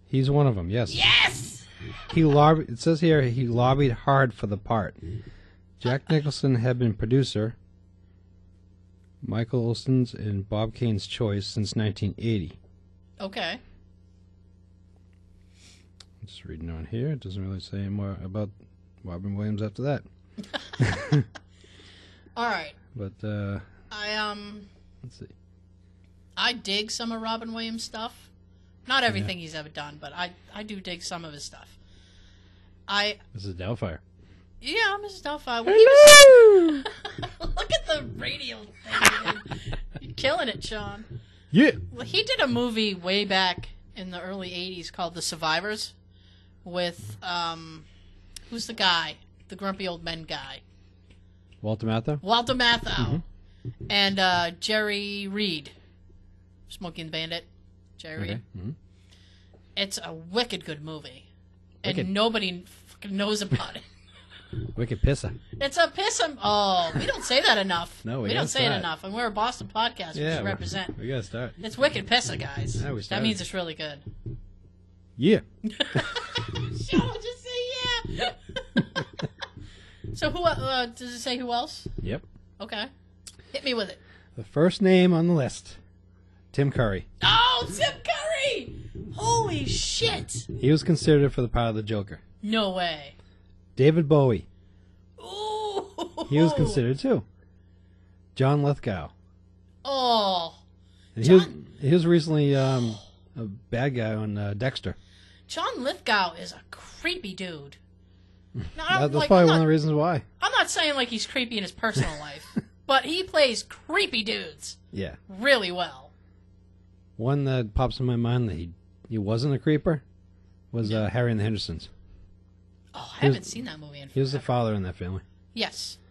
S3: he's one of them. Yes.
S2: Yes!
S3: He lobbied. It says here he lobbied hard for the part. Jack Nicholson had been producer. Michael Olsen's and Bob Kane's choice since 1980.
S2: Okay.
S3: I'm just reading on here. It doesn't really say more about Robin Williams after that.
S2: All right.
S3: But uh,
S2: I, um.
S3: let's see.
S2: I dig some of Robin Williams' stuff. Not everything he's ever done, but I, I do dig some of his stuff. I.
S3: This is Doubtfire.
S2: Yeah, Mrs. Doubtfire. When he was Look at the radio thing. You're killing it, Sean.
S3: Yeah.
S2: Well, he did a movie way back in the early '80s called The Survivors, with um, who's the guy, the grumpy old men guy,
S3: Walter Matthau.
S2: Walter Matthau,
S3: Mm-hmm.
S2: and uh, Jerry Reed, Smoking the Bandit, Jerry Reed.
S3: Mhm.
S2: It's a wicked good movie,
S3: Wicked.
S2: and nobody fucking knows about it.
S3: Wicked pisser.
S2: It's a piss. em- Oh, we don't say that enough.
S3: No, we
S2: we don't
S3: gotta
S2: say it
S3: start.
S2: enough, and we're a Boston podcast. We should
S3: we-
S2: represent.
S3: We gotta start.
S2: It's wicked pissa, guys.
S3: Yeah, we
S2: that
S3: started.
S2: means it's really good.
S3: Yeah.
S2: Shall I just say yeah? so who uh, does it say? Who else?
S3: Yep.
S2: Okay, hit me with it.
S3: The first name on the list, Tim Curry.
S2: Oh, Tim Curry! Holy shit!
S3: He was considered for the part of the Joker.
S2: No way.
S3: David Bowie.
S2: Ooh.
S3: He was considered too. John Lithgow.
S2: Oh,
S3: And he was
S2: John-
S3: he was recently um, a bad guy on uh, Dexter.
S2: John Lithgow is a creepy dude. No, I'm,
S3: That, that's
S2: like,
S3: probably
S2: I'm, not,
S3: one of the reasons why.
S2: I'm not saying like he's creepy in his personal life, but he plays creepy dudes
S3: Yeah.
S2: really well.
S3: One that pops in my mind that he he wasn't a creeper was uh, Harry and the Hendersons.
S2: Oh, I
S3: He was-
S2: haven't seen that movie in
S3: He was the
S2: forever.
S3: father in that family.
S2: Yes.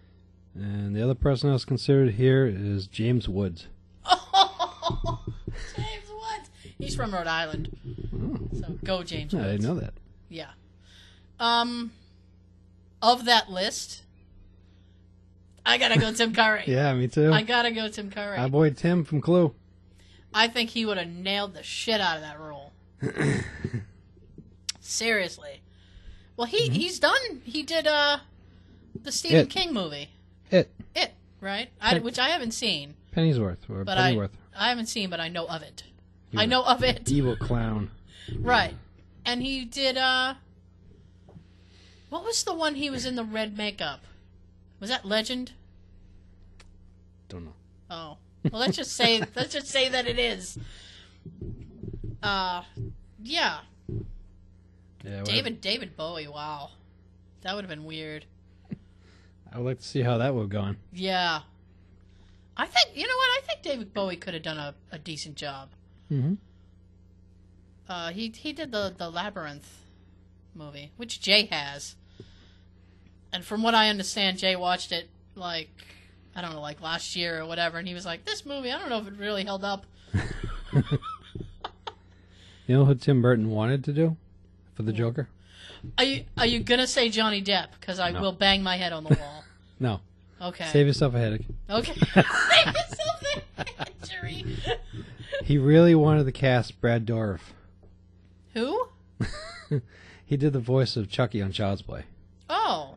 S3: And the other person that's considered here is James Woods.
S2: Oh, James Woods. He's from Rhode Island, so go James
S3: I
S2: Woods.
S3: didn't know that.
S2: Yeah. Um, of that list, I gotta go Tim Curry.
S3: Yeah, me too.
S2: I gotta go Tim Curry.
S3: My boy Tim from Clue.
S2: I think he would have nailed the shit out of that role. Seriously. Well, he he's done. He did uh the Stephen
S3: It.
S2: King movie.
S3: It.
S2: It, right? I, which I haven't seen,
S3: Pennyworth or
S2: but I
S3: Pennyworth.
S2: I haven't seen, but I know of it. I know of it.
S3: Evil clown.
S2: Right. And he did uh What was the one he was in the red makeup? Was that Legend?
S3: Don't know.
S2: Oh. Well, let's just say let's just say that it is. Uh yeah.
S3: Yeah, what-
S2: David David Bowie, wow. That would have been weird.
S3: I would like to see how that would have gone.
S2: Yeah. I think you know what? I think David Bowie could have done a, a decent job.
S3: Mhm.
S2: Uh he he did the the Labyrinth movie, which Jay has. And from what I understand, Jay watched it like I don't know, like last year or whatever, and he was like, This movie, I don't know if it really held up.
S3: You know who Tim Burton wanted to do for the Joker?
S2: Are you are you gonna say Johnny Depp? Because I
S3: No.
S2: will bang my head on the wall.
S3: No.
S2: Okay.
S3: Save yourself a headache.
S2: Okay. Save yourself the injury.
S3: He really wanted to cast Brad Dourif.
S2: Who?
S3: He did the voice of Chucky on Child's Play.
S2: Oh.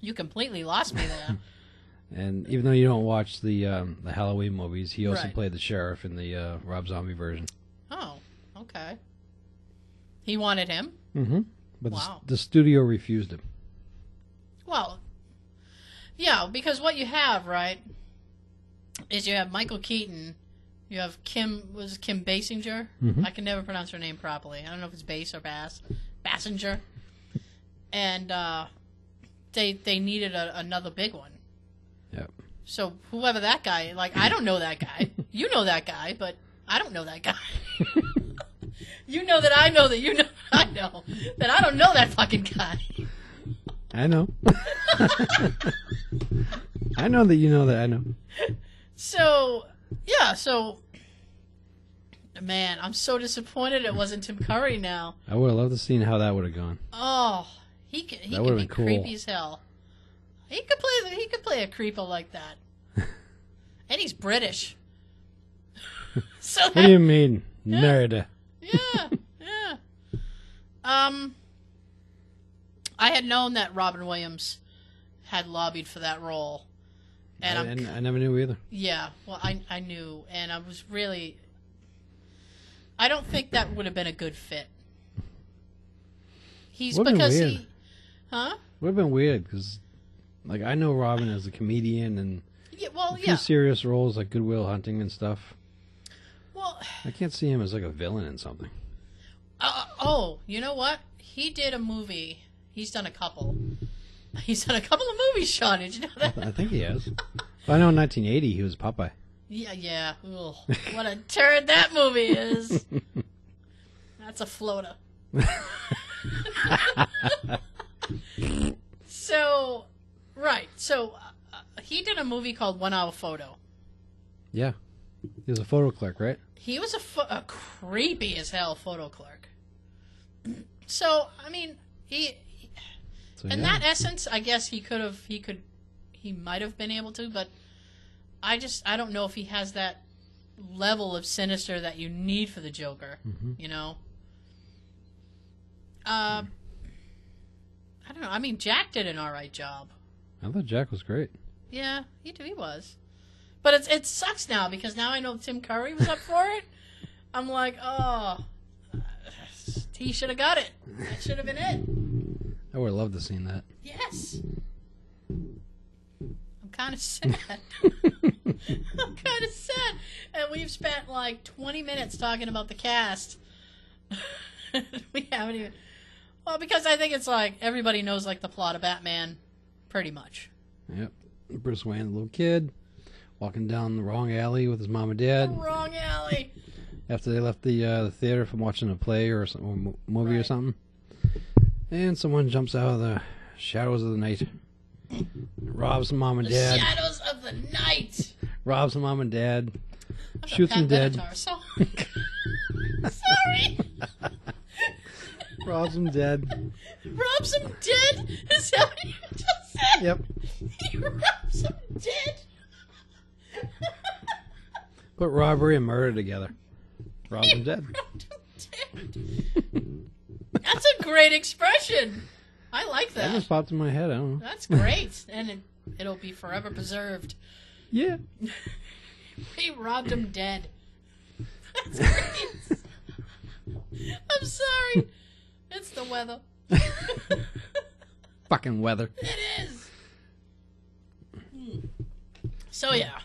S2: You completely lost me there.
S3: And even though you don't watch the um, the Halloween movies, he also
S2: Right.
S3: played the sheriff in the uh, Rob Zombie version.
S2: Oh, okay. He wanted him?
S3: Mm-hmm. But the s-
S2: Wow.
S3: the, studio refused him.
S2: Well, yeah, because what you have, right, is you have Michael Keaton, you have Kim, was it Kim Basinger? I can never pronounce her name properly. I don't know if it's Base or Bass. Bassinger. And uh, they, they needed a, another big one.
S3: Yep.
S2: So whoever that guy, like I don't know that guy. You know that guy, but I don't know that guy. you know that I know that you know that I know that I don't know that fucking guy.
S3: I know. I know that you know that I know.
S2: So yeah, so man, I'm so disappointed it wasn't Tim Curry now.
S3: I would have loved to seen how that would have gone.
S2: Oh, he could he
S3: That
S2: could
S3: would've
S2: be
S3: been cool.
S2: creepy as hell. He could play the- he could play a creeper like that, and he's British. so
S3: What
S2: that-
S3: do you mean, nerd?
S2: yeah, yeah. Um, I had known that Robin Williams had lobbied for that role, and
S3: I,
S2: I'm
S3: I, I never knew either.
S2: yeah. Well, I I knew, and I was really. I don't think that would have been a good fit. He's
S3: Would've been
S2: because
S3: weird.
S2: he, huh?
S3: Would have been weird because, like, I know Robin as a comedian and
S2: Yeah. Well,
S3: a few
S2: yeah.
S3: serious roles like Goodwill Hunting and stuff.
S2: Well,
S3: I can't see him as like a villain in something.
S2: Uh, oh, you know what? He did a movie. He's done a couple. He's done a couple of movies, Sean. Did you know that?
S3: I think he has. I know in 1980 he was Popeye.
S2: Yeah, yeah. Ugh. What a turd that movie is. That's a floater. so, right. So, uh, he did a movie called One Hour Photo.
S3: Yeah, he was a photo clerk, right?
S2: He was a, pho- a creepy as hell photo clerk. So, I mean, he
S3: So,
S2: in
S3: yeah.
S2: that essence, I guess he could have, he could, he might have been able to, but I just, I don't know if he has that level of sinister that you need for the Joker. You know. Uh, I don't know. I mean, Jack did an all right job.
S3: I thought Jack was great.
S2: Yeah, he he was, but it's it sucks now because now I know Tim Curry was up for it. I'm like, oh, He should have got it. That should have been it.
S3: I would have loved to have seen that.
S2: Yes. I'm kind of sad. I'm kind of sad. And we've spent like 20 minutes talking about the cast. we haven't even. Well, because I think it's like everybody knows like the plot of Batman, pretty much.
S3: Yep. Bruce Wayne, the little kid, walking down the wrong alley with his mom and dad
S2: Wrong alley.
S3: after they left the uh, the theater from watching a play or, some, or mo- movie or
S2: Right.
S3: something. And someone jumps out of the shadows of the night, robs mom and
S2: The
S3: dad,
S2: shadows of the night.
S3: robs mom and dad, shoots them
S2: Pat
S3: dead,
S2: Benatar song. Sorry.
S3: robs them dead.
S2: Robs him dead? Is that what you just said?
S3: Yep.
S2: He robs him dead?
S3: Put robbery and murder together. Robs them dead.
S2: Robbed him dead. That's a great expression. I like
S3: That
S2: that.
S3: just popped in my head. I don't know.
S2: That's great. And it, it'll be forever preserved.
S3: Yeah.
S2: He robbed him dead. That's great. I'm sorry. It's the weather.
S3: Fucking weather.
S2: It is. Hmm. So yeah.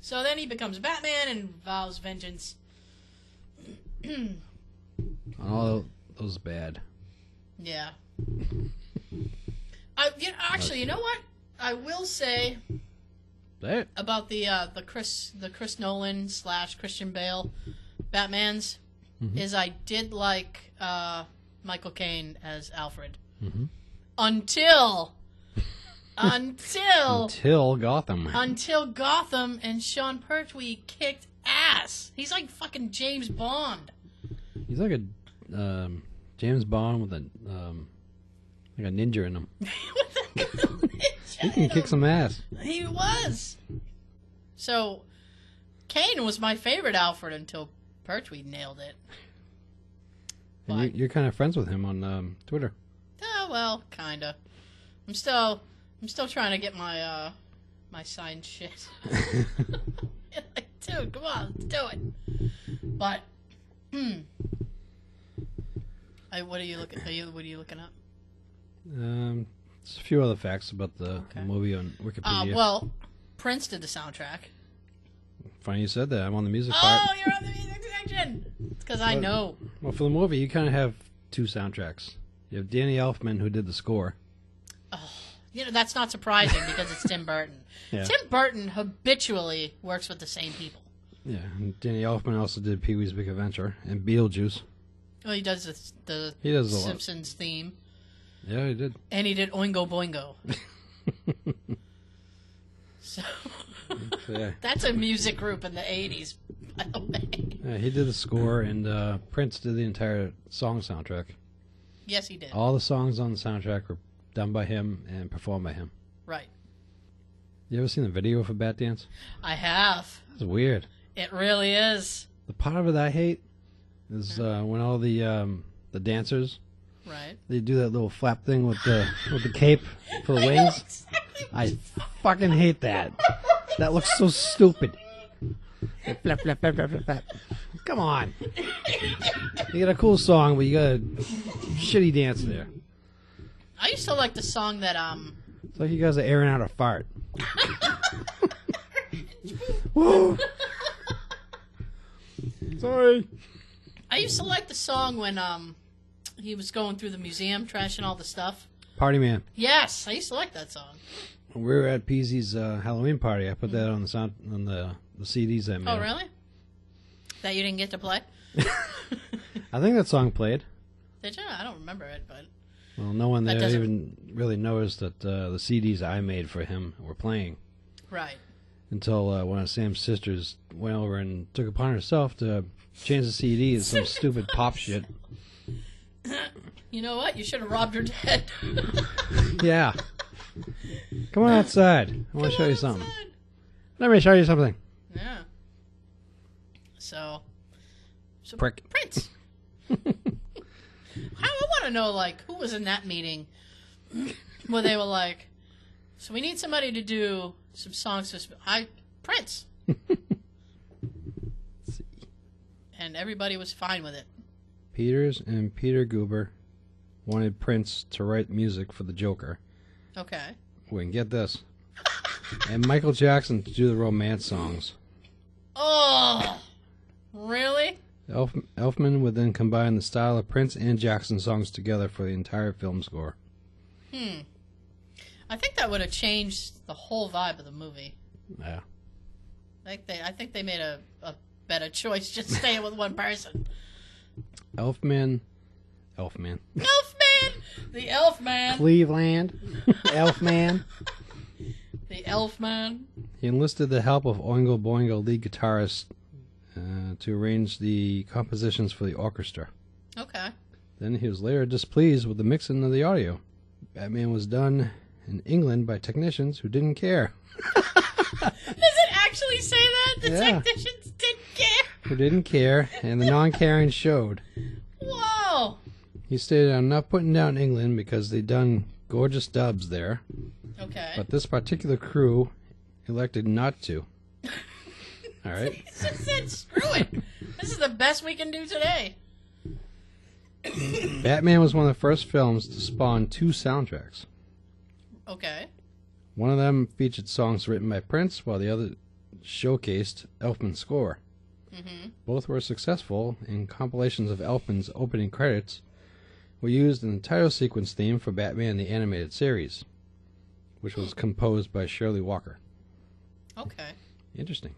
S2: So then he becomes Batman and vows vengeance.
S3: Oh, that was bad.
S2: Yeah. I you know, actually, you know what? I will say
S3: That
S2: about the uh, the Chris the Chris Nolan slash Christian Bale Batman's
S3: Mm-hmm.
S2: is I did like uh, Michael Caine as Alfred
S3: Mhm.
S2: until until
S3: till Gotham.
S2: until Gotham and Sean Pertwee kicked ass. He's like fucking James Bond.
S3: He's like a um, James Bond with a um, like a ninja in him. He can kick some ass.
S2: he was. So, Kane was my favorite Alfred until Pertwee nailed it.
S3: And
S2: Why?
S3: you, you're kind of friends with him on um, Twitter.
S2: Oh well, kinda. I'm still, I'm still trying to get my uh, my signed shit. like, dude, come on, let's do it. But, hmm. I, what are you looking? Are you what are you looking up?
S3: Um, there's a few other facts about the
S2: Okay.
S3: movie on
S2: Uh,
S3: Wikipedia.
S2: well, Prince did the soundtrack.
S3: Funny you said that. I'm on the music
S2: Oh,
S3: part.
S2: you're on the music section. It's because I
S3: What?
S2: know.
S3: Well, for the movie, you kind of have two soundtracks. You have Danny Elfman who did the score.
S2: You know that's not surprising because it's Tim Burton.
S3: Yeah.
S2: Tim Burton habitually works with the same people.
S3: Yeah, and Danny Elfman also did Pee Wee's Big Adventure and Beetlejuice.
S2: Well, he does the, the
S3: He does a lot.
S2: Simpsons theme.
S3: Yeah, he did.
S2: And he did Oingo Boingo. so
S3: Yeah.
S2: that's a music group in the 80s, by the way.
S3: Yeah, he did the score, and uh, Prince did the entire song soundtrack.
S2: Yes, he did.
S3: All the songs on the soundtrack were done by him and performed by him.
S2: Right.
S3: You ever seen the video for Bat Dance?
S2: I have.
S3: It's weird.
S2: It really is.
S3: The part of it I hate is uh, when all the um, the dancers
S2: Right.
S3: they do that little flap thing with the with the cape for the wings. I fucking hate that. That looks so stupid. They flap, flap, flap, flap, flap, flap. Come on. You got a cool song, but you got a shitty dance there.
S2: I used to like the song that, um,
S3: It's like you guys are airing out a fart. Woo! Sorry.
S2: I used to like the song when, um, he was going through the museum trashing all the stuff.
S3: Party man.
S2: Yes, I used to like that song.
S3: When we were at Peasy's uh, Halloween party, I put that on the sound on the the CDs I made.
S2: Oh, really? That you didn't get to play?
S3: I think that song played.
S2: Did you? I don't remember it, but.
S3: Well, no one
S2: That
S3: there
S2: doesn't-
S3: even really noticed that uh, the CDs I made for him were playing
S2: Right.
S3: until uh, one of Sam's sisters went over and took upon herself to change the CD to some stupid pop shit.
S2: You know what? You should have robbed her dead.
S3: Yeah. Come on outside. I want to show you something.
S2: Outside.
S3: Let me show you something.
S2: Yeah. So, so
S3: Prick.
S2: Prince. How I want to know, like, who was in that meeting where they were like, so we need somebody to do some songs. For sp- I Prince,
S3: Let's see.
S2: and everybody was fine with it.
S3: Peters and Peter Goober wanted Prince to write music for the Joker.
S2: Okay.
S3: Wait, get this. And Michael Jackson to do the romance songs.
S2: Oh, really?
S3: Elf- Elfman would then combine the style of Prince and Jackson songs together for the entire film score.
S2: I think that would have changed the whole vibe of the movie.
S3: Yeah.
S2: I think they, I think they made a, a better choice just staying with one person.
S3: Elfman. Elfman.
S2: Elfman, the Elfman,
S3: Cleveland. Elfman.
S2: the Elfman.
S3: He enlisted the help of Oingo Boingo lead guitarist uh, to arrange the compositions for the orchestra.
S2: Okay.
S3: Then he was later displeased with the mixing of the audio. Batman was done in England by technicians who didn't care.
S2: Does it actually say that the
S3: Yeah.
S2: technicians didn't care?
S3: Who didn't care, and the non caring showed.
S2: Whoa.
S3: He stated, I'm not putting down England because they done gorgeous dubs there,
S2: Okay.
S3: but this particular crew elected not to. All right.
S2: He just said, "Screw it. This is the best we can do today."
S3: Batman was one of the first films to spawn two soundtracks.
S2: Okay.
S3: One of them featured songs written by Prince, while the other showcased Elfman's score. Both were successful, and compilations of Elfman's opening credits were used in the title sequence theme for Batman the Animated Series, which was composed by Shirley Walker.
S2: Okay.
S3: Interesting.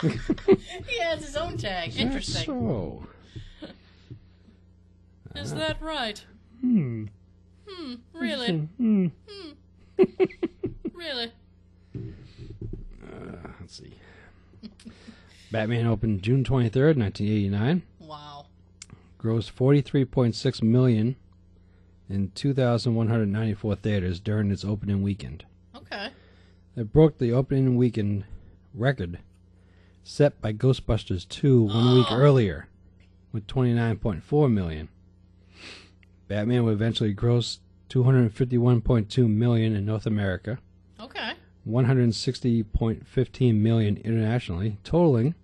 S2: He has his own tag. Interesting.
S3: So,
S2: Is that right? Hmm. Hmm. Really? Hmm. really?
S3: let's see. Batman opened June 23rd, 1989,
S2: Wow.
S3: grossed 43.6 million in 2,194 theaters during its opening weekend.
S2: Okay.
S3: It broke the opening weekend record set by Ghostbusters 2 one
S2: Ah.
S3: week earlier with 29.4 million. Batman would eventually gross 251.2 million in North America,
S2: Okay.
S3: 160.15 million internationally, totaling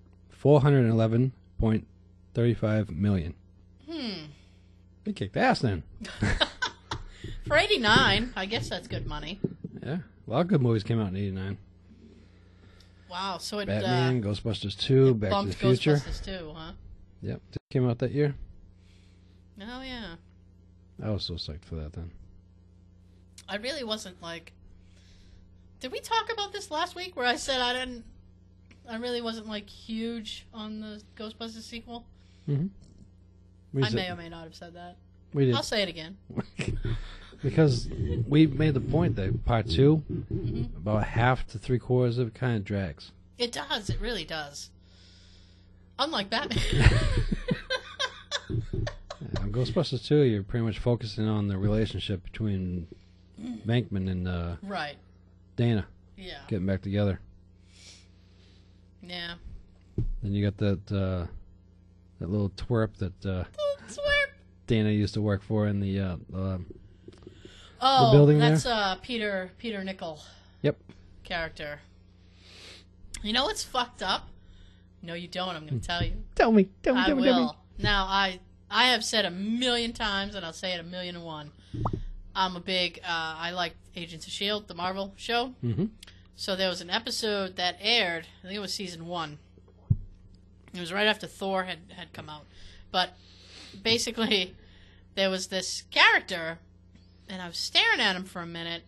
S3: 411.35 million.
S2: Hmm.
S3: They kicked ass then.
S2: For eighty-nine, I guess that's good money.
S3: Yeah. A lot of good movies came out in 89.
S2: Wow. So it
S3: Batman,
S2: uh,
S3: Ghostbusters 2, Back to the
S2: bumped
S3: Future.
S2: Ghostbusters too, huh?
S3: Yep. Came out that year.
S2: Oh yeah.
S3: I was so psyched for that then.
S2: I really wasn't like. Did we talk about this last week where I said I didn't? I really wasn't like huge on the Ghostbusters sequel.
S3: We
S2: I
S3: said-
S2: may or may not have said that.
S3: we did
S2: I'll say it again.
S3: because we made the point that part 2
S2: Mm-hmm.
S3: about half to three quarters of it kind of drags.
S2: It does. It really does. Unlike Batman.
S3: On Ghostbusters two, you're pretty much focusing on the relationship between
S2: Mm.
S3: Bankman and uh,
S2: right.
S3: Dana
S2: Yeah.
S3: getting back together.
S2: Yeah.
S3: Then you got that uh, that little twerp that uh,
S2: Swerp.
S3: Dana used to work for in the uh, uh,
S2: Oh,
S3: building
S2: that's
S3: there?
S2: uh Peter Peter Nichol
S3: yep
S2: character. You know what's fucked up? No, you don't. I'm
S3: Hmm.
S2: going to tell you.
S3: Tell me, tell
S2: I will. Now I I have said a million times, and I'll say it a million and one. I'm a big. Uh, I like Agents of Shield, the Marvel show. Mm-hmm. So there was an episode that aired. I think it was season one. It was right after Thor had had come out, but basically there was this character, and I was staring at him for a minute.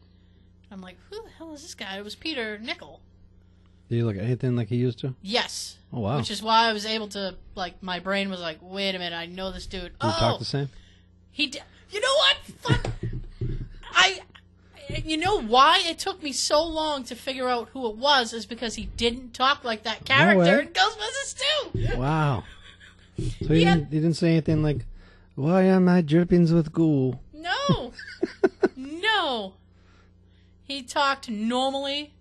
S2: I'm like, who the hell is this guy? It was Peter Nichol.
S3: Do you look anything like he used to?
S2: Yes,
S3: Oh wow,
S2: which is why I was able to like my brain was like, wait a minute, I know this dude.
S3: you
S2: oh,
S3: talk the same.
S2: he. D- you know what? Fuck. I. You know why it took me so long to figure out who it was is because he didn't talk like that character
S3: way.
S2: in Ghostbusters 2.
S3: Wow. So he,
S2: Yeah.
S3: didn't, he didn't say anything like, "Why am I drippings with goo?"
S2: No, no. He talked normally.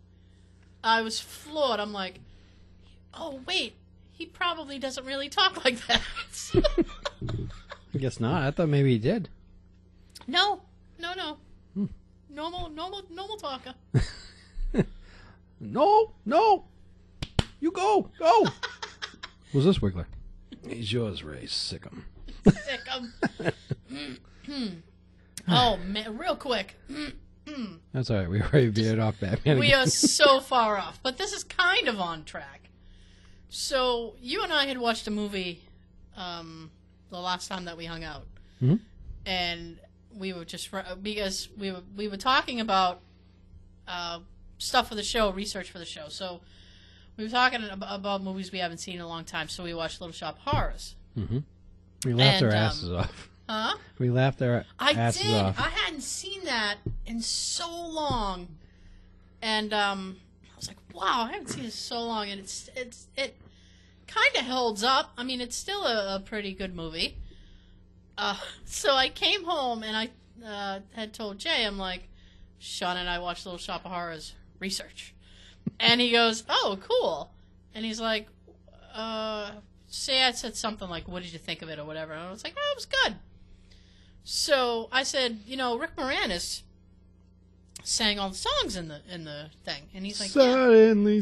S2: I was floored. I'm like, oh wait, he probably doesn't really talk like that.
S3: I guess not. I thought maybe he did.
S2: No, no, no. Normal, normal, normal talker.
S3: No, no. You go, go. Who's this Wiggler? He's yours, Ray Sickum.
S2: sick. I'm- oh man, real quick.
S3: That's all right. We already veered off Batman.
S2: we
S3: again.
S2: are so far off, but this is kind of on track. So you and I had watched a movie um, the last time that we hung out,
S3: Mhm.
S2: and we were just uh, because we were we were talking about uh, stuff for the show, research for the show. So we were talking ab- about movies we haven't seen in a long time. So we watched Little Shop of Horrors.
S3: we laughed our
S2: and, um,
S3: asses off.
S2: Huh?
S3: We laughed our
S2: I
S3: asses
S2: did.
S3: off.
S2: I hadn't seen that in so long, and um, I was like, "Wow, I haven't seen it so long." And it's it's it kind of holds up. I mean, it's still a, a pretty good movie. Uh, so I came home and I uh, had told Jay, I'm like, "Sean and I watched Little Shop of Horrors research," and he goes, "Oh, cool," and he's like, uh, "Say I said something like, what did you think of it or whatever," and I was like, "Oh, it was good." So I said, you know, Rick Moranis sang all the songs in the in the thing, and he's like, yeah,
S3: Suddenly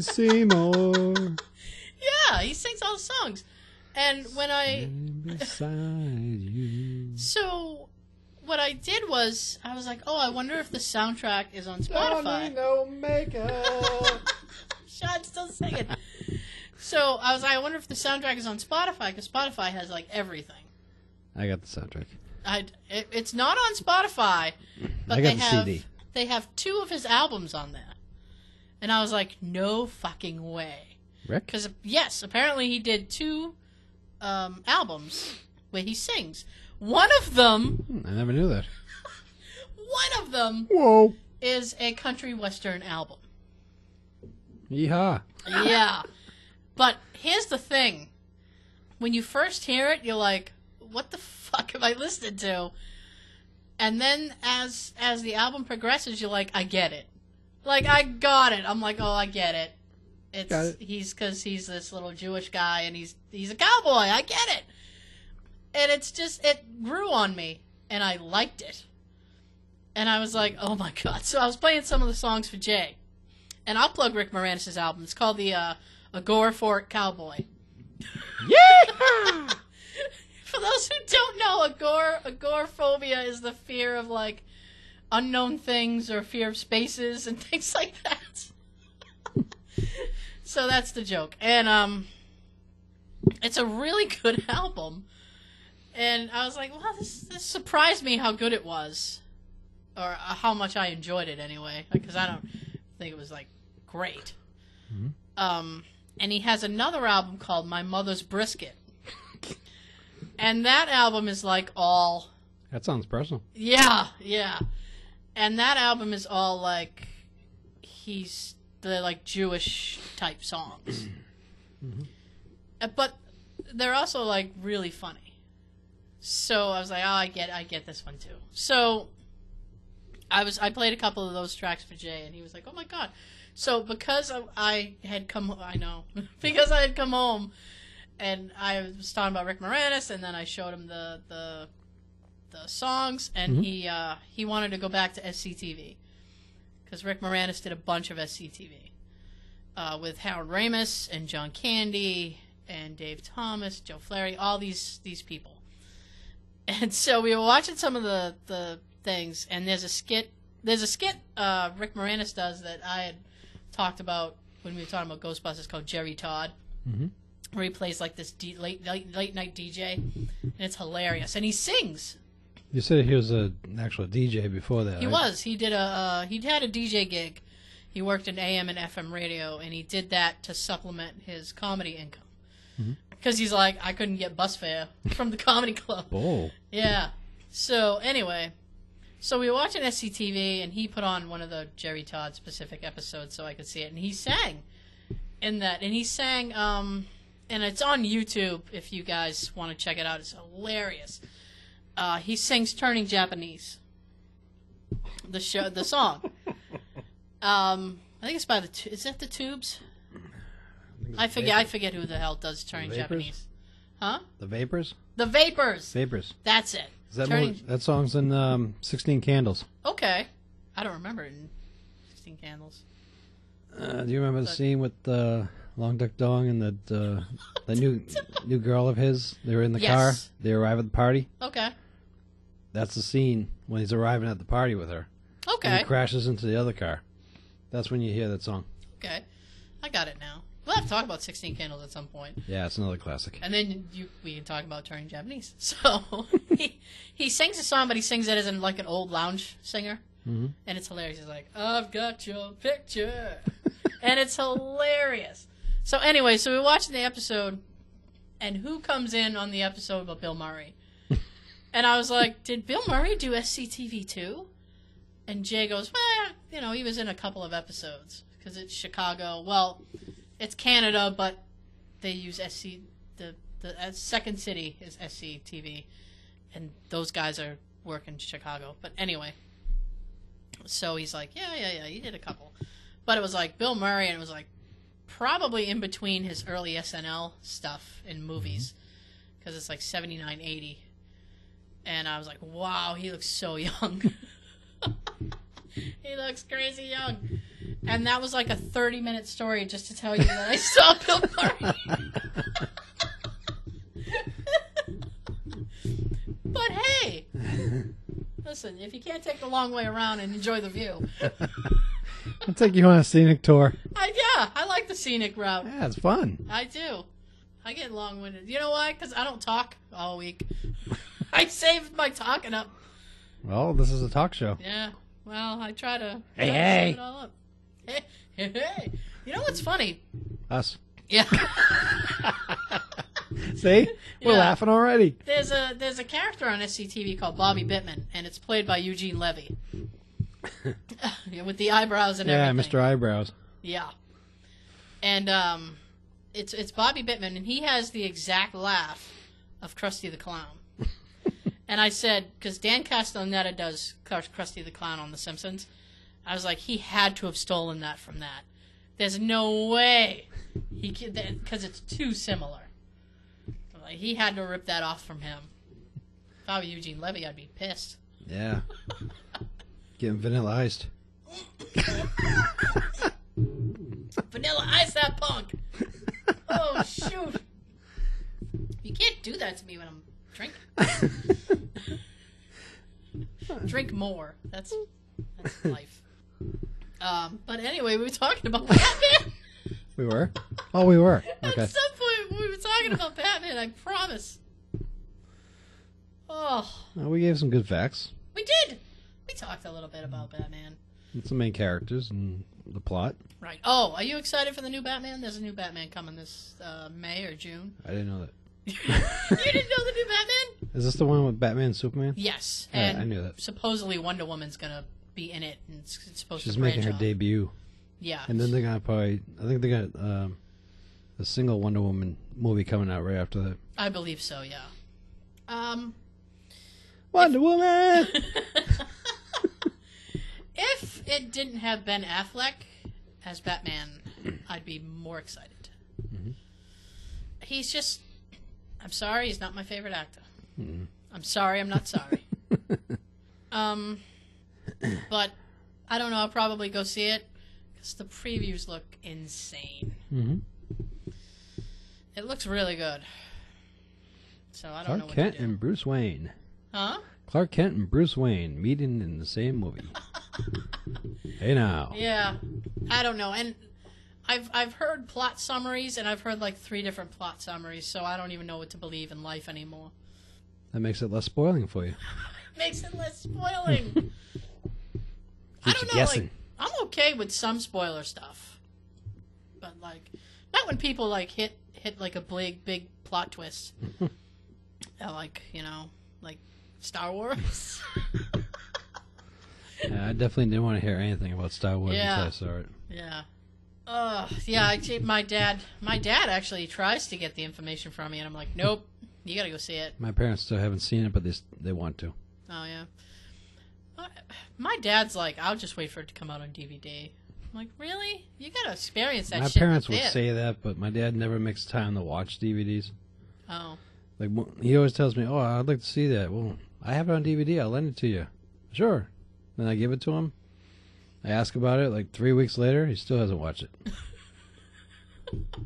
S3: Seymour.
S2: yeah, he sings all the songs. And when I
S3: standing beside you.
S2: so what I did was I was like, oh, I wonder if the soundtrack is on Spotify.
S3: no makeup.
S2: Sean's still singing. so I was like, I wonder if the soundtrack is on Spotify because Spotify has like everything.
S3: I got the soundtrack.
S2: I it, it's not on Spotify, but
S3: I
S2: they
S3: got the
S2: have
S3: CD.
S2: they have two of his albums on there, and I was like, no fucking way.
S3: Rick?
S2: Because yes, apparently he did two um, albums where he sings. One of them,
S3: Hmm, I never knew that.
S2: one of them
S3: Whoa.
S2: is a country western album.
S3: Yeehaw.
S2: yeah. But here's the thing. When you first hear it, you're like, what the fuck am I listening to? And then as as the album progresses, you're like, I get it. Like I got it. I'm like, oh, I get it. It's
S3: Got it.
S2: he's cuz he's this little Jewish guy and he's he's a cowboy. I get it. And it's just it grew on me and I liked it. And I was like, oh my god. So I was playing some of the songs for Jay and I'll plug Rick Moranis' album. It's called the uh, Agora Fort Cowboy.
S3: Yeehaw!
S2: For those who don't know, agor- agoraphobia is the fear of like unknown things or fear of spaces and things like that. so that's the joke, and um, it's a really good album. And I was like, wow, this, this surprised me how good it was, or uh, how much I enjoyed it anyway, because I don't think it was like great. Um, and he has another album called My Mother's Brisket. And that album is like all
S3: That sounds personal.
S2: yeah, yeah. And that album is all like he's the like Jewish type songs. Uh, But they're also like really funny. So I was like, "Oh, I get I get this one too." So I was I played a couple of those tracks for Jay and he was like, "Oh my god." So because I, I had come I know because I had come home and I was talking about Rick Moranis and then I showed him the the the songs, and he uh, he wanted to go back to SCTV because Rick Moranis did a bunch of SCTV uh, with Harold Ramis and John Candy and Dave Thomas, Joe Flaherty, all these these people. And so we were watching some of the the things, and there's a skit. There's a skit uh, Rick Moranis does that I had talked about when we were talking about Ghostbusters called Jerry Todd where he plays like this D- late, late late night DJ, and it's hilarious. And he sings.
S3: You said he was a, an actual DJ before that.
S2: He
S3: right?
S2: was. He did a. Uh, he had a DJ gig. He worked in AM and FM radio, and he did that to supplement his comedy income. Because he's like, I couldn't get bus fare from the comedy club.
S3: Oh.
S2: Yeah. So anyway, so we were watching SCTV, and he put on one of the Jerry Todd specific episodes so I could see it, and he sang in that, and he sang, um, and it's on YouTube if you guys want to check it out. It's hilarious. Uh, he sings "Turning Japanese," the show, the song. um, I think it's by the. Tu- Is that the Tubes? I forget. I forget who the hell does "Turning
S3: Vapors?
S2: Japanese." Huh?
S3: The Vapors?
S2: The Vapors.
S3: Vapors.
S2: That's it.
S3: Is that,
S2: Turning-
S3: movie, that song's in um, 16 Candles.
S2: Okay. I don't remember it in 16 Candles.
S3: Uh, do you remember the
S2: But-
S3: scene with the Long Duck Dong and that uh, the new new girl of his. They were in the
S2: Yes.
S3: car. They arrive at the party.
S2: Okay.
S3: That's the scene when he's arriving at the party with her. And
S2: Okay.
S3: he crashes into the other car. That's when you hear that song.
S2: Okay. I got it now. We'll have to talk about 16 Candles at some point.
S3: Yeah, it's another classic.
S2: And then you, we can talk about turning Japanese. So he, he sings a song, but he sings it as in like an old lounge singer.
S3: Mhm.
S2: And it's hilarious. He's like, I've got your picture. and it's hilarious. So anyway, so we're watching the episode, and who comes in on the episode but Bill Murray? and I was like, did Bill Murray do SCTV too? And Jay goes, well, you know, he was in a couple of episodes because it's Chicago. Well, it's Canada, but they use SC. The the uh, second city is SCTV, and those guys are work in Chicago. But anyway, so he's like, yeah, yeah, yeah, he did a couple, but it was like Bill Murray, and it was like probably in between his early SNL stuff in movies, because it's like 79, 80. and I was like, wow, he looks so young. he looks crazy young. And that was like a 30 minute story just to tell you that I saw Bill Murray. but hey, listen, if you can't take the long way around and enjoy the view,
S3: I'll take you on a scenic tour.
S2: I, yeah, I like the scenic route.
S3: Yeah, it's fun.
S2: I do. I get long winded. You know why? Because I don't talk all week. I saved my talking up.
S3: Well, this is a talk show.
S2: Yeah. Well, I try to. try
S3: Hey,
S2: to
S3: hey.
S2: sum it all up. Hey, hey, hey. You know what's funny?
S3: Us.
S2: Yeah.
S3: See? We're
S2: Yeah.
S3: laughing already.
S2: There's a there's a character on SCTV called Bobby Bittman, and it's played by Eugene Levy. Yeah, With the eyebrows and
S3: Yeah,
S2: everything.
S3: Mr. Eyebrows.
S2: Yeah. And um, it's it's Bobby Bittman, and he has the exact laugh of Krusty the Clown. and I said, because Dan Castellaneta does Kr- Krusty the Clown on The Simpsons, I was like, he had to have stolen that from that. There's no way he because it's too similar. I'm Like he had to rip that off from him. If I were Eugene Levy, I'd be pissed.
S3: Yeah. Getting vanillaized.
S2: Vanilla Ice that punk. Oh shoot! You can't do that to me when I'm drinking. Drink more. That's that's life. Um, but anyway, we were talking about Batman.
S3: We were? Oh, we were. Okay.
S2: At some point, we were talking about Batman. I promise. Oh,
S3: Well, we gave some good facts.
S2: we did. We talked a little bit about Batman.
S3: It's the main characters and the plot.
S2: Right. Oh, are you excited for the new Batman? There's a new Batman coming this uh, May or June.
S3: I didn't know that.
S2: you didn't know the new Batman?
S3: Is this the one with Batman and Superman?
S2: Yes,
S3: Yeah,
S2: and
S3: I knew that.
S2: Supposedly Wonder Woman's gonna be in it, and it's, it's supposed
S3: She's
S2: to branch
S3: making her
S2: off.
S3: debut.
S2: Yeah,
S3: And then they're going to probably, I think they got um, a single Wonder Woman movie coming out right after that.
S2: I believe so. Yeah. Um,
S3: Wonder Woman!
S2: if it didn't have Ben Affleck as Batman, I'd be more excited. He's just. I'm sorry, he's not my favorite actor. I'm sorry, I'm not sorry. um, but I don't know. I'll probably go see it because the previews look insane.
S3: Mhm.
S2: It looks really good. So I don't know
S3: Clark
S2: what
S3: Kent
S2: to do.
S3: and Bruce Wayne.
S2: Huh?
S3: Clark Kent and Bruce Wayne meeting in the same movie. hey now.
S2: Yeah, I don't know. And I've I've heard plot summaries, and I've heard like three different plot summaries, so I don't even know what to believe in life anymore.
S3: That makes it less spoiling for you.
S2: Makes it less spoiling. I
S3: Keeps
S2: don't
S3: you
S2: know.
S3: guessing.
S2: Like, I'm okay with some spoiler stuff, but like not when people like hit hit like a big big plot twist. Uh, like you know, like Star Wars.
S3: Yeah, I definitely didn't want to hear anything about Star Wars
S2: Yeah.
S3: until I saw it.
S2: Yeah. Ugh. Yeah. I, keep- my dad. My dad actually tries to get the information from me, and I'm like, nope. You gotta go see it.
S3: My parents still haven't seen it, but they s- they want to.
S2: Oh yeah. I- My dad's like, I'll just wait for it to come out on DVD. I'm like, really? You gotta experience that.
S3: my
S2: shit
S3: parents
S2: in
S3: would
S2: the theater."
S3: say that, but my dad never makes time to watch DVDs.
S2: Oh.
S3: Like mo- he always tells me, "Oh, I'd like to see that." Well, I have it on DVD. I'll lend it to you. Sure. Then I give it to him. I ask about it like three weeks later. He still hasn't watched it.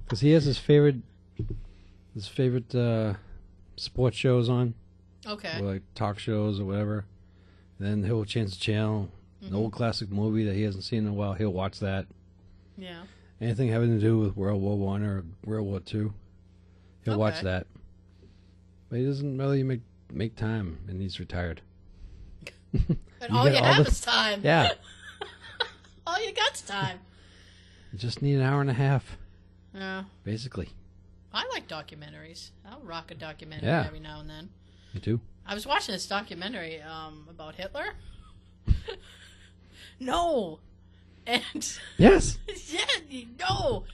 S3: because he has his favorite his favorite uh, sports shows on,
S2: Okay.
S3: or like talk shows or whatever. then he'll change the channel. An old classic movie that he hasn't seen in a while, he'll watch that.
S2: Yeah.
S3: Anything having to do with World War One or World War Two, he'll watch
S2: Okay.
S3: that. But he doesn't really make make time, and he's retired.
S2: But
S3: You
S2: all
S3: get
S2: you
S3: all
S2: have
S3: the-
S2: is time.
S3: Yeah,
S2: All you got's time.
S3: you just need an hour and a half,
S2: Yeah.
S3: basically.
S2: I like documentaries. I'll rock a documentary
S3: Yeah.
S2: every now and then.
S3: You do.
S2: I was watching this documentary um, about Hitler. no. And
S3: Yes.
S2: yeah, you- no.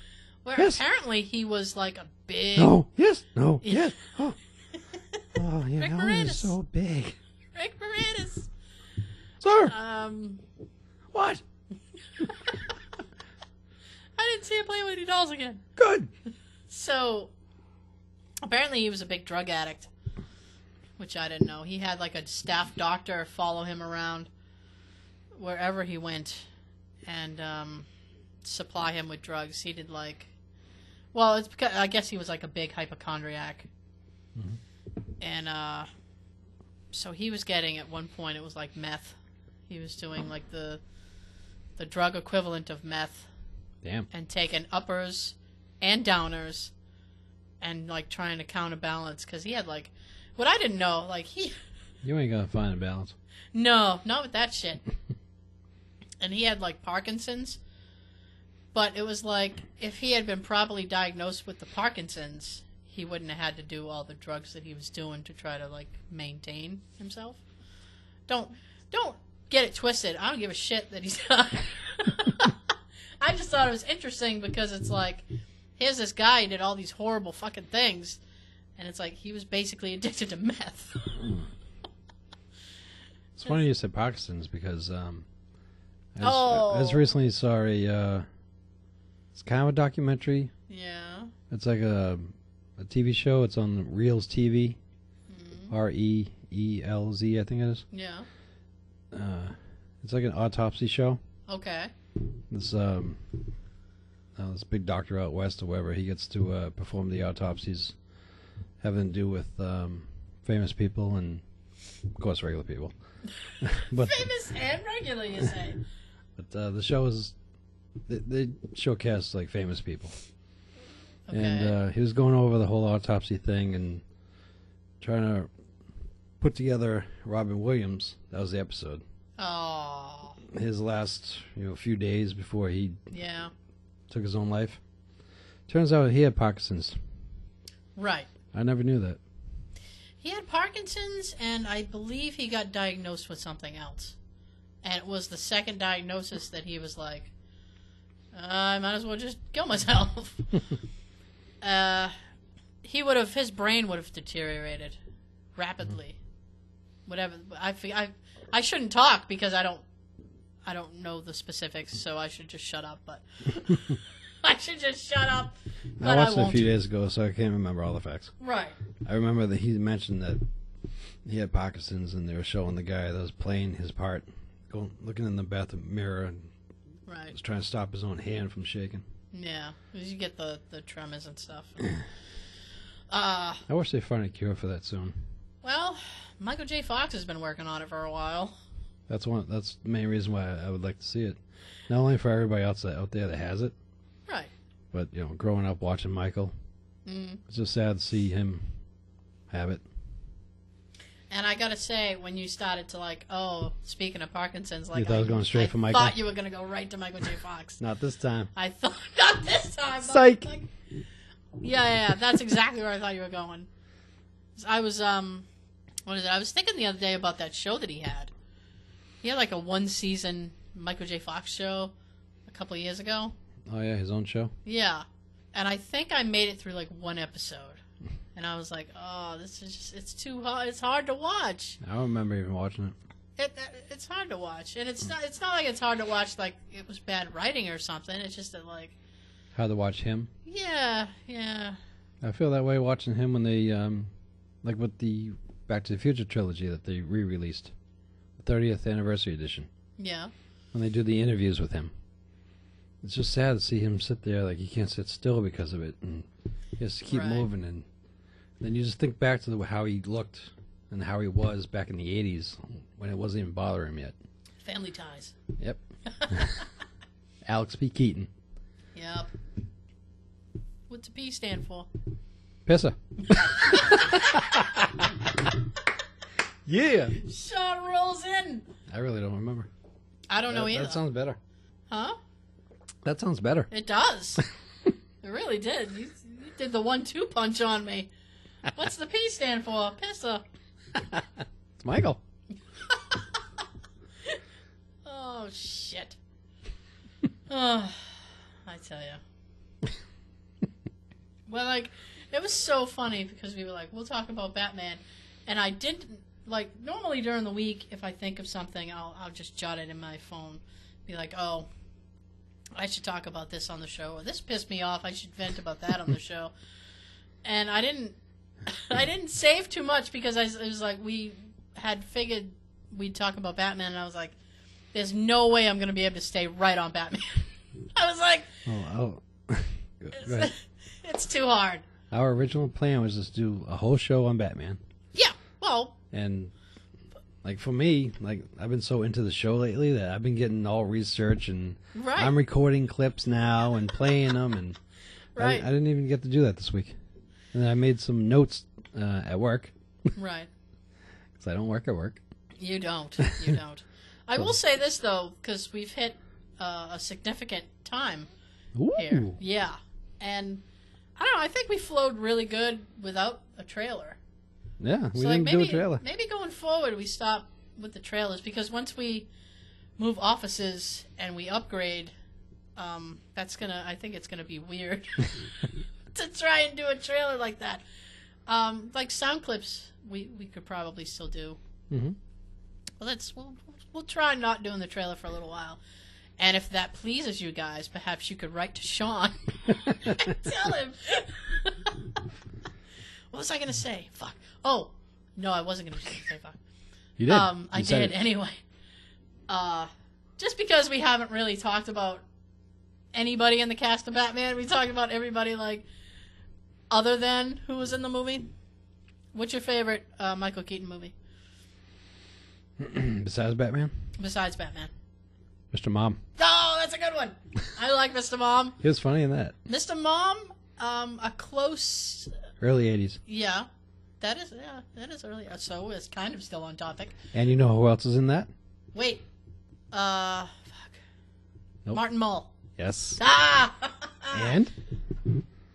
S2: Where
S3: Yes.
S2: apparently he was like a big
S3: No. Yes. No.
S2: Yeah.
S3: Yes. Oh. Oh, you
S2: Rick
S3: know, he's
S2: Moranis.
S3: so big.
S2: Rick Moranis.
S3: Sir,
S2: Um,
S3: what?
S2: I didn't see him play with any dolls again.
S3: Good.
S2: So apparently he was a big drug addict, which I didn't know. He had like a staff doctor follow him around wherever he went and um, supply him with drugs. He did like, well, it's because I guess he was like a big hypochondriac, and uh, so he was getting at one point it was like meth. He was doing like the the drug equivalent of meth
S3: Damn.
S2: and taking uppers and downers and like trying to counterbalance because he had like what I didn't know like he
S3: You ain't gonna find a balance.
S2: no not with that shit and he had like Parkinson's but it was like if he had been properly diagnosed with the Parkinson's he wouldn't have had to do all the drugs that he was doing to try to like maintain himself don't don't get it twisted I don't give a shit that he's not I just thought it was interesting because it's like, here's this guy who did all these horrible fucking things, and it's like he was basically addicted to meth.
S3: It's funny you said Parkinson's because um, I just,
S2: Oh.
S3: I just recently saw a uh, it's kind of a documentary.
S2: yeah.
S3: It's like a a TV show. It's on Reels TV, R E E L Z, I think it is.
S2: Yeah.
S3: Uh, it's like an autopsy show.
S2: Okay.
S3: This um, uh, this big doctor out west or wherever he gets to uh, perform the autopsies, having to do with um, famous people and of course regular people. but
S2: Famous and regular, you say?
S3: But uh, the show is they, they showcase like famous people,
S2: Okay.
S3: and uh, he was going over the whole autopsy thing and trying to put together Robin Williams. That was the episode.
S2: oh.
S3: His last you know few days before he
S2: Yeah.
S3: took his own life. Turns out he had Parkinson's.
S2: Right.
S3: I never knew that.
S2: He had Parkinson's, and I believe he got diagnosed with something else. And it was the second diagnosis that he was like, "Uh, I might as well just kill myself. uh, he would have, his brain would have deteriorated rapidly. Whatever. I, fe- I, I shouldn't talk because I don't, I don't know the specifics, so I should just shut up. But I should just shut up. But I,
S3: I watched it a
S2: won't.
S3: few days ago, so I can't remember all the facts.
S2: Right.
S3: I remember that he mentioned that he had Parkinson's, and they were showing the guy that was playing his part, going looking in the bathroom mirror and
S2: Right.
S3: was trying to stop his own hand from shaking.
S2: Yeah, 'cause you get the the tremors and stuff. uh,
S3: I wish they find a cure for that soon.
S2: well, Michael J. Fox has been working on it for a while.
S3: That's one. That's the main reason why I would like to see it. Not only for everybody else that, out there that has it,
S2: Right.
S3: but you know, growing up watching Michael,
S2: Mm.
S3: it's just sad to see him have it.
S2: And I gotta say, when you started to like, oh, speaking of Parkinson's, like
S3: thought I was going straight for Michael?
S2: thought you were gonna go right to Michael J. Fox.
S3: Not this time.
S2: I thought not this time.
S3: Psych.
S2: Like- yeah, yeah, yeah, that's exactly where I thought you were going. I was um, what is it? I was thinking the other day about that show that he had. He had like a one season Michael J. Fox show a couple of years ago.
S3: Oh yeah, his own show.
S2: Yeah. And I think I made it through like one episode. And I was like, "Oh, this is just it's too hard. It's hard to watch.
S3: I don't remember even watching it.
S2: It, it's hard to watch. And it's not it's not like it's hard to watch like it was bad writing or something. It's just that like,
S3: How to watch him?
S2: yeah, yeah.
S3: I feel that way watching him when they, um, like with the Back to the Future trilogy that they re-released, the 30th anniversary edition.
S2: Yeah.
S3: When they do the interviews with him, It's just sad to see him sit there like he can't sit still because of it, and he has to keep
S2: Right.
S3: moving. And then you just think back to the, how he looked and how he was back in the '80s when it wasn't even bothering him yet.
S2: Family ties.
S3: Yep. Alex P. Keaton,
S2: Yep. What's the P stand for?
S3: pisser. yeah.
S2: Shot rolls in. I
S3: I really don't remember.
S2: don't know
S3: that,
S2: either.
S3: that sounds better.
S2: huh?
S3: That sounds better.
S2: It does. it really did. You, you did the one-two punch on me. What's the P stand for? Pisser.
S3: It's Michael.
S2: Oh shit. oh, I tell you. well, like it was so funny because we were like, we'll talk about Batman, and I didn't like normally during the week if I think of something, I'll I'll just jot it in my phone, be like, oh. I should talk about this on the show. Or this pissed me off. I should vent about that on the show. And I didn't, I didn't save too much because I s- it was like we had figured we'd talk about Batman, and I was like, there's no way I'm gonna be able to stay right on Batman. I was like,
S3: Oh, oh. Go- go ahead.
S2: it's too hard.
S3: Our original plan was just do a whole show on Batman,
S2: Yeah, well,
S3: and like for me, like I've been so into the show lately that I've been getting all research and
S2: Right.
S3: I'm recording clips now and playing them, and I-
S2: right,
S3: I, didn't even get to do that this week. And I made some notes uh, at work
S2: right.
S3: because I don't work at work.
S2: You don't. You don't. I will say this though, because we've hit uh, a significant time
S3: Ooh.
S2: here. Yeah, and I don't know. I think we flowed really good without a trailer.
S3: Yeah, we
S2: so like
S3: didn't
S2: maybe
S3: do a trailer.
S2: maybe going forward we stop with the trailers because once we move offices and we upgrade, um, that's gonna I think it's gonna be weird to try and do a trailer like that. Um, like sound clips, we, we could probably still do.
S3: Mhm.
S2: Well, let's we'll, we'll try not doing the trailer for a little while, and if that pleases you guys, perhaps you could write to Sean and tell him. what was I gonna say? Fuck. Oh no, I wasn't gonna say fuck.
S3: You did.
S2: Um, I
S3: You said
S2: did
S3: it.
S2: anyway. Uh, just because we haven't really talked about anybody in the cast of Batman, we talked about everybody like other than who was in the movie. What's your favorite uh, Michael Keaton movie
S3: Besides Batman,
S2: besides Batman?
S3: Mr. Mom.
S2: Oh, that's a good one. I like Mr. Mom.
S3: He was funny in that
S2: Mr. Mom, um, a close,
S3: early '80s.
S2: yeah. That is, yeah, that is earlier. So it's kind of still on topic.
S3: And you know who else is in that?
S2: Wait, uh, fuck.
S3: Nope.
S2: Martin Mull.
S3: Yes.
S2: Ah.
S3: And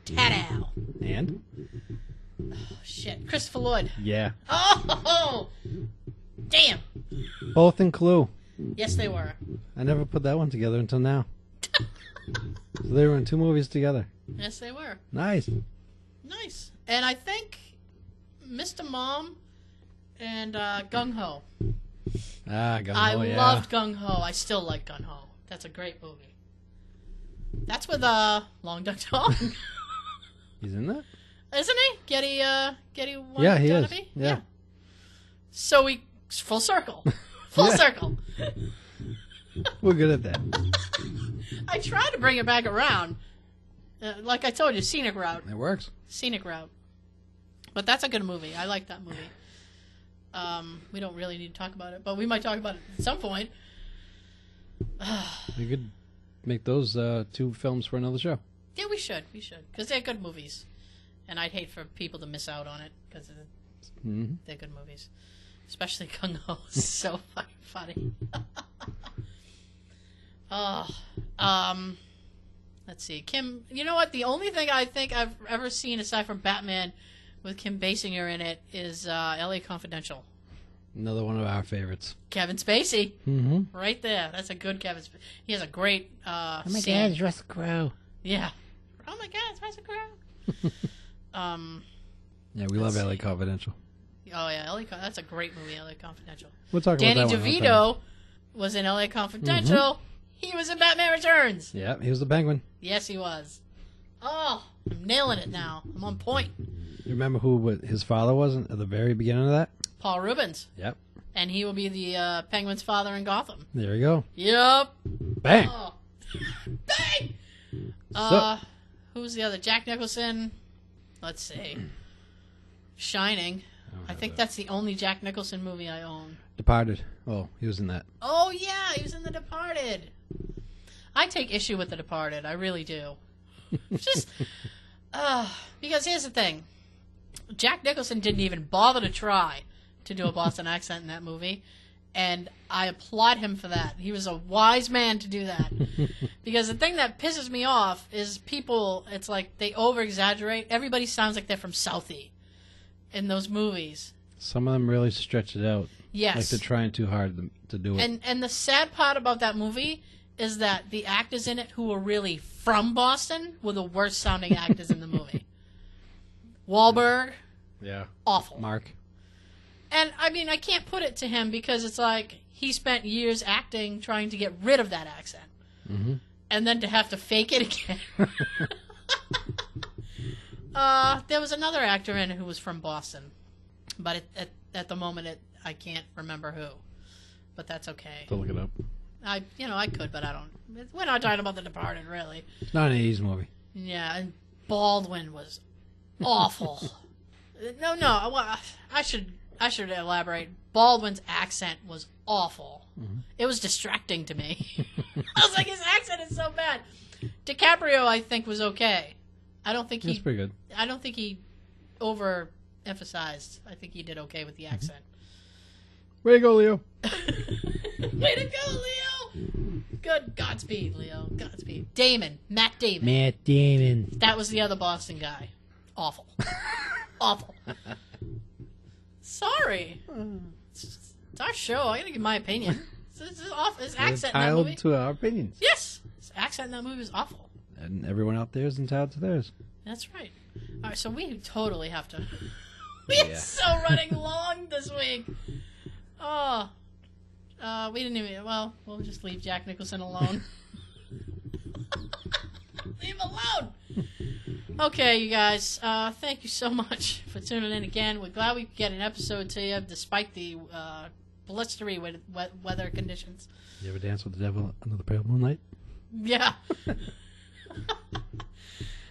S2: Tadow.
S3: and
S2: Oh, shit. Christopher Lloyd.
S3: yeah,
S2: Oh, damn.
S3: both in Clue.
S2: Yes, they were.
S3: I never put that one together until now. so they were in two movies together.
S2: Yes, they were.
S3: Nice.
S2: Nice. And I think Mr. Mom and uh, Gung Ho.
S3: Ah, gung
S2: I
S3: ho, Oh, yeah.
S2: loved Gung Ho. I still like Gung Ho. That's a great movie. That's with uh, Long Duck Dong,
S3: He's in that.
S2: isn't he? Getty, uh, Getty. Wan-
S3: yeah, he is.
S2: Wannabe?
S3: Yeah.
S2: So we full circle, full
S3: Yeah.
S2: circle.
S3: we're good at that.
S2: I try to bring it back around. Uh, like I told you, scenic route.
S3: It works.
S2: Scenic route. But that's a good movie. I like that movie. Um, we don't really need to talk about it, but we might talk about it at some point.
S3: We could make those uh, two films for another show.
S2: Yeah, we should. We should. Because they're good movies. And I'd hate for people to miss out on it because
S3: Mm-hmm.
S2: they're good movies. Especially Kung Ho. is so fucking funny. oh, um, let's see. Kim, you know what? The only thing I think I've ever seen aside from Batman with Kim Basinger in it is uh, LA Confidential.
S3: Another one of our favorites.
S2: Kevin Spacey,
S3: Mm-hmm.
S2: right there. That's a good Kevin Spacey. He has a great uh,
S3: Oh
S2: scene.
S3: Russell Crowe.
S2: Yeah. Oh my God, it's Russell Crowe. um,
S3: Yeah, we love
S2: Let's
S3: LA
S2: see.
S3: Confidential.
S2: oh yeah, LA, Con- that's a great movie, LA Confidential.
S3: We'll talk
S2: Danny
S3: about that one Mm-hmm. another time.
S2: DeVito was in LA Confidential. He was in Batman Returns.
S3: Yeah, he was the penguin.
S2: Yes, he was. Oh, I'm nailing it now. I'm on point.
S3: You remember who wa- his father was in- at the very beginning of that?
S2: Paul Rubens,
S3: Yep.
S2: and he will be the uh, Penguin's father in Gotham.
S3: There you go.
S2: Yep.
S3: Bang.
S2: Oh. Bang! Uh, who's the other? Jack Nicholson. Let's see. Shining. I think that's the only Jack Nicholson movie I own.
S3: Departed. Oh, he was in that.
S2: Oh yeah, he was in The Departed. I take issue with The Departed. I really do. Just uh, because here's the thing: Jack Nicholson didn't even bother to try to do a Boston accent in that movie, and I applaud him for that. He was a wise man to do that. because the thing that pisses me off is people. It's like they over exaggerate. Everybody sounds like they're from Southie in those movies.
S3: Some of them really stretch it out.
S2: Yes.
S3: Like they're trying too hard to, to do it.
S2: And and the sad part about that movie is that the actors in it who were really from Boston were the worst sounding actors in the movie. Wahlberg,
S3: yeah.
S2: awful.
S3: Mark.
S2: And I mean, I can't put it to him because it's like he spent years acting trying to get rid of that accent, and then to have to fake it again. uh, there was another actor in it who was from Boston, but at at, at the moment, it, I can't remember who. But that's okay.
S3: To look it up.
S2: I, you know, I could, but I don't. We're not talking about The Departed, really.
S3: It's not an 80s movie.
S2: Yeah, and Baldwin was awful. no, no, I, wa- I should, I should elaborate. Baldwin's accent was awful. It was distracting to me. I was like, his accent is so bad. DiCaprio, I think, was okay. I don't think
S3: It's
S2: he,
S3: pretty good.
S2: I don't think he overemphasized. I think he did okay with the accent.
S3: Way to go, Leo.
S2: Way to go, Leo! Good Godspeed, Leo. Godspeed. Damon. Matt Damon.
S3: Matt Damon.
S2: That was the other Boston guy. Awful. Awful. Sorry. It's it's our show. I gotta give my opinion. This is awful. His accent in that movie.
S3: Entitled to our opinions.
S2: Yes! His accent in that movie was awful.
S3: And everyone out there is entitled to theirs.
S2: That's right. Alright, so we totally have to. we are so running long this week. Oh. Uh, we didn't even. Well, we'll just leave Jack Nicholson alone. leave him alone! Okay, you guys. Uh, thank you so much for tuning in again. We're glad we could get an episode to you despite the uh, blustery we- we- weather conditions.
S3: You ever dance with the devil under the pale moonlight?
S2: Yeah.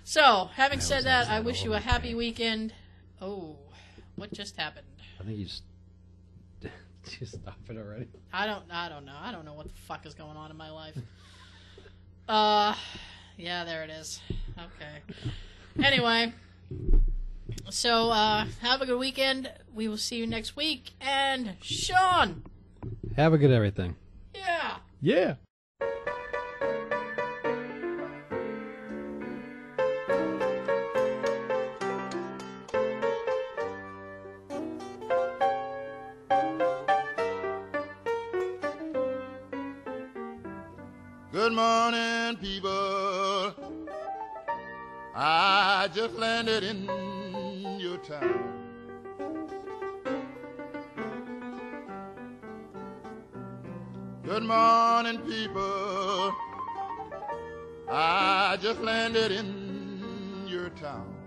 S2: so, having
S3: was
S2: said that,
S3: upset
S2: I wish
S3: all
S2: you a
S3: over
S2: happy
S3: again.
S2: weekend. Oh, what just happened?
S3: I think you just, just stop it already.
S2: I don't. I don't know. I don't know what the fuck is going on in my life. Uh, yeah, there it is. Okay. Anyway, so uh, have a good weekend. We will see you next week. And Sean,
S3: Have a good everything.
S2: yeah.
S3: Yeah.
S1: Good morning, people. I just landed in your town. Good morning, people. I just landed in your town.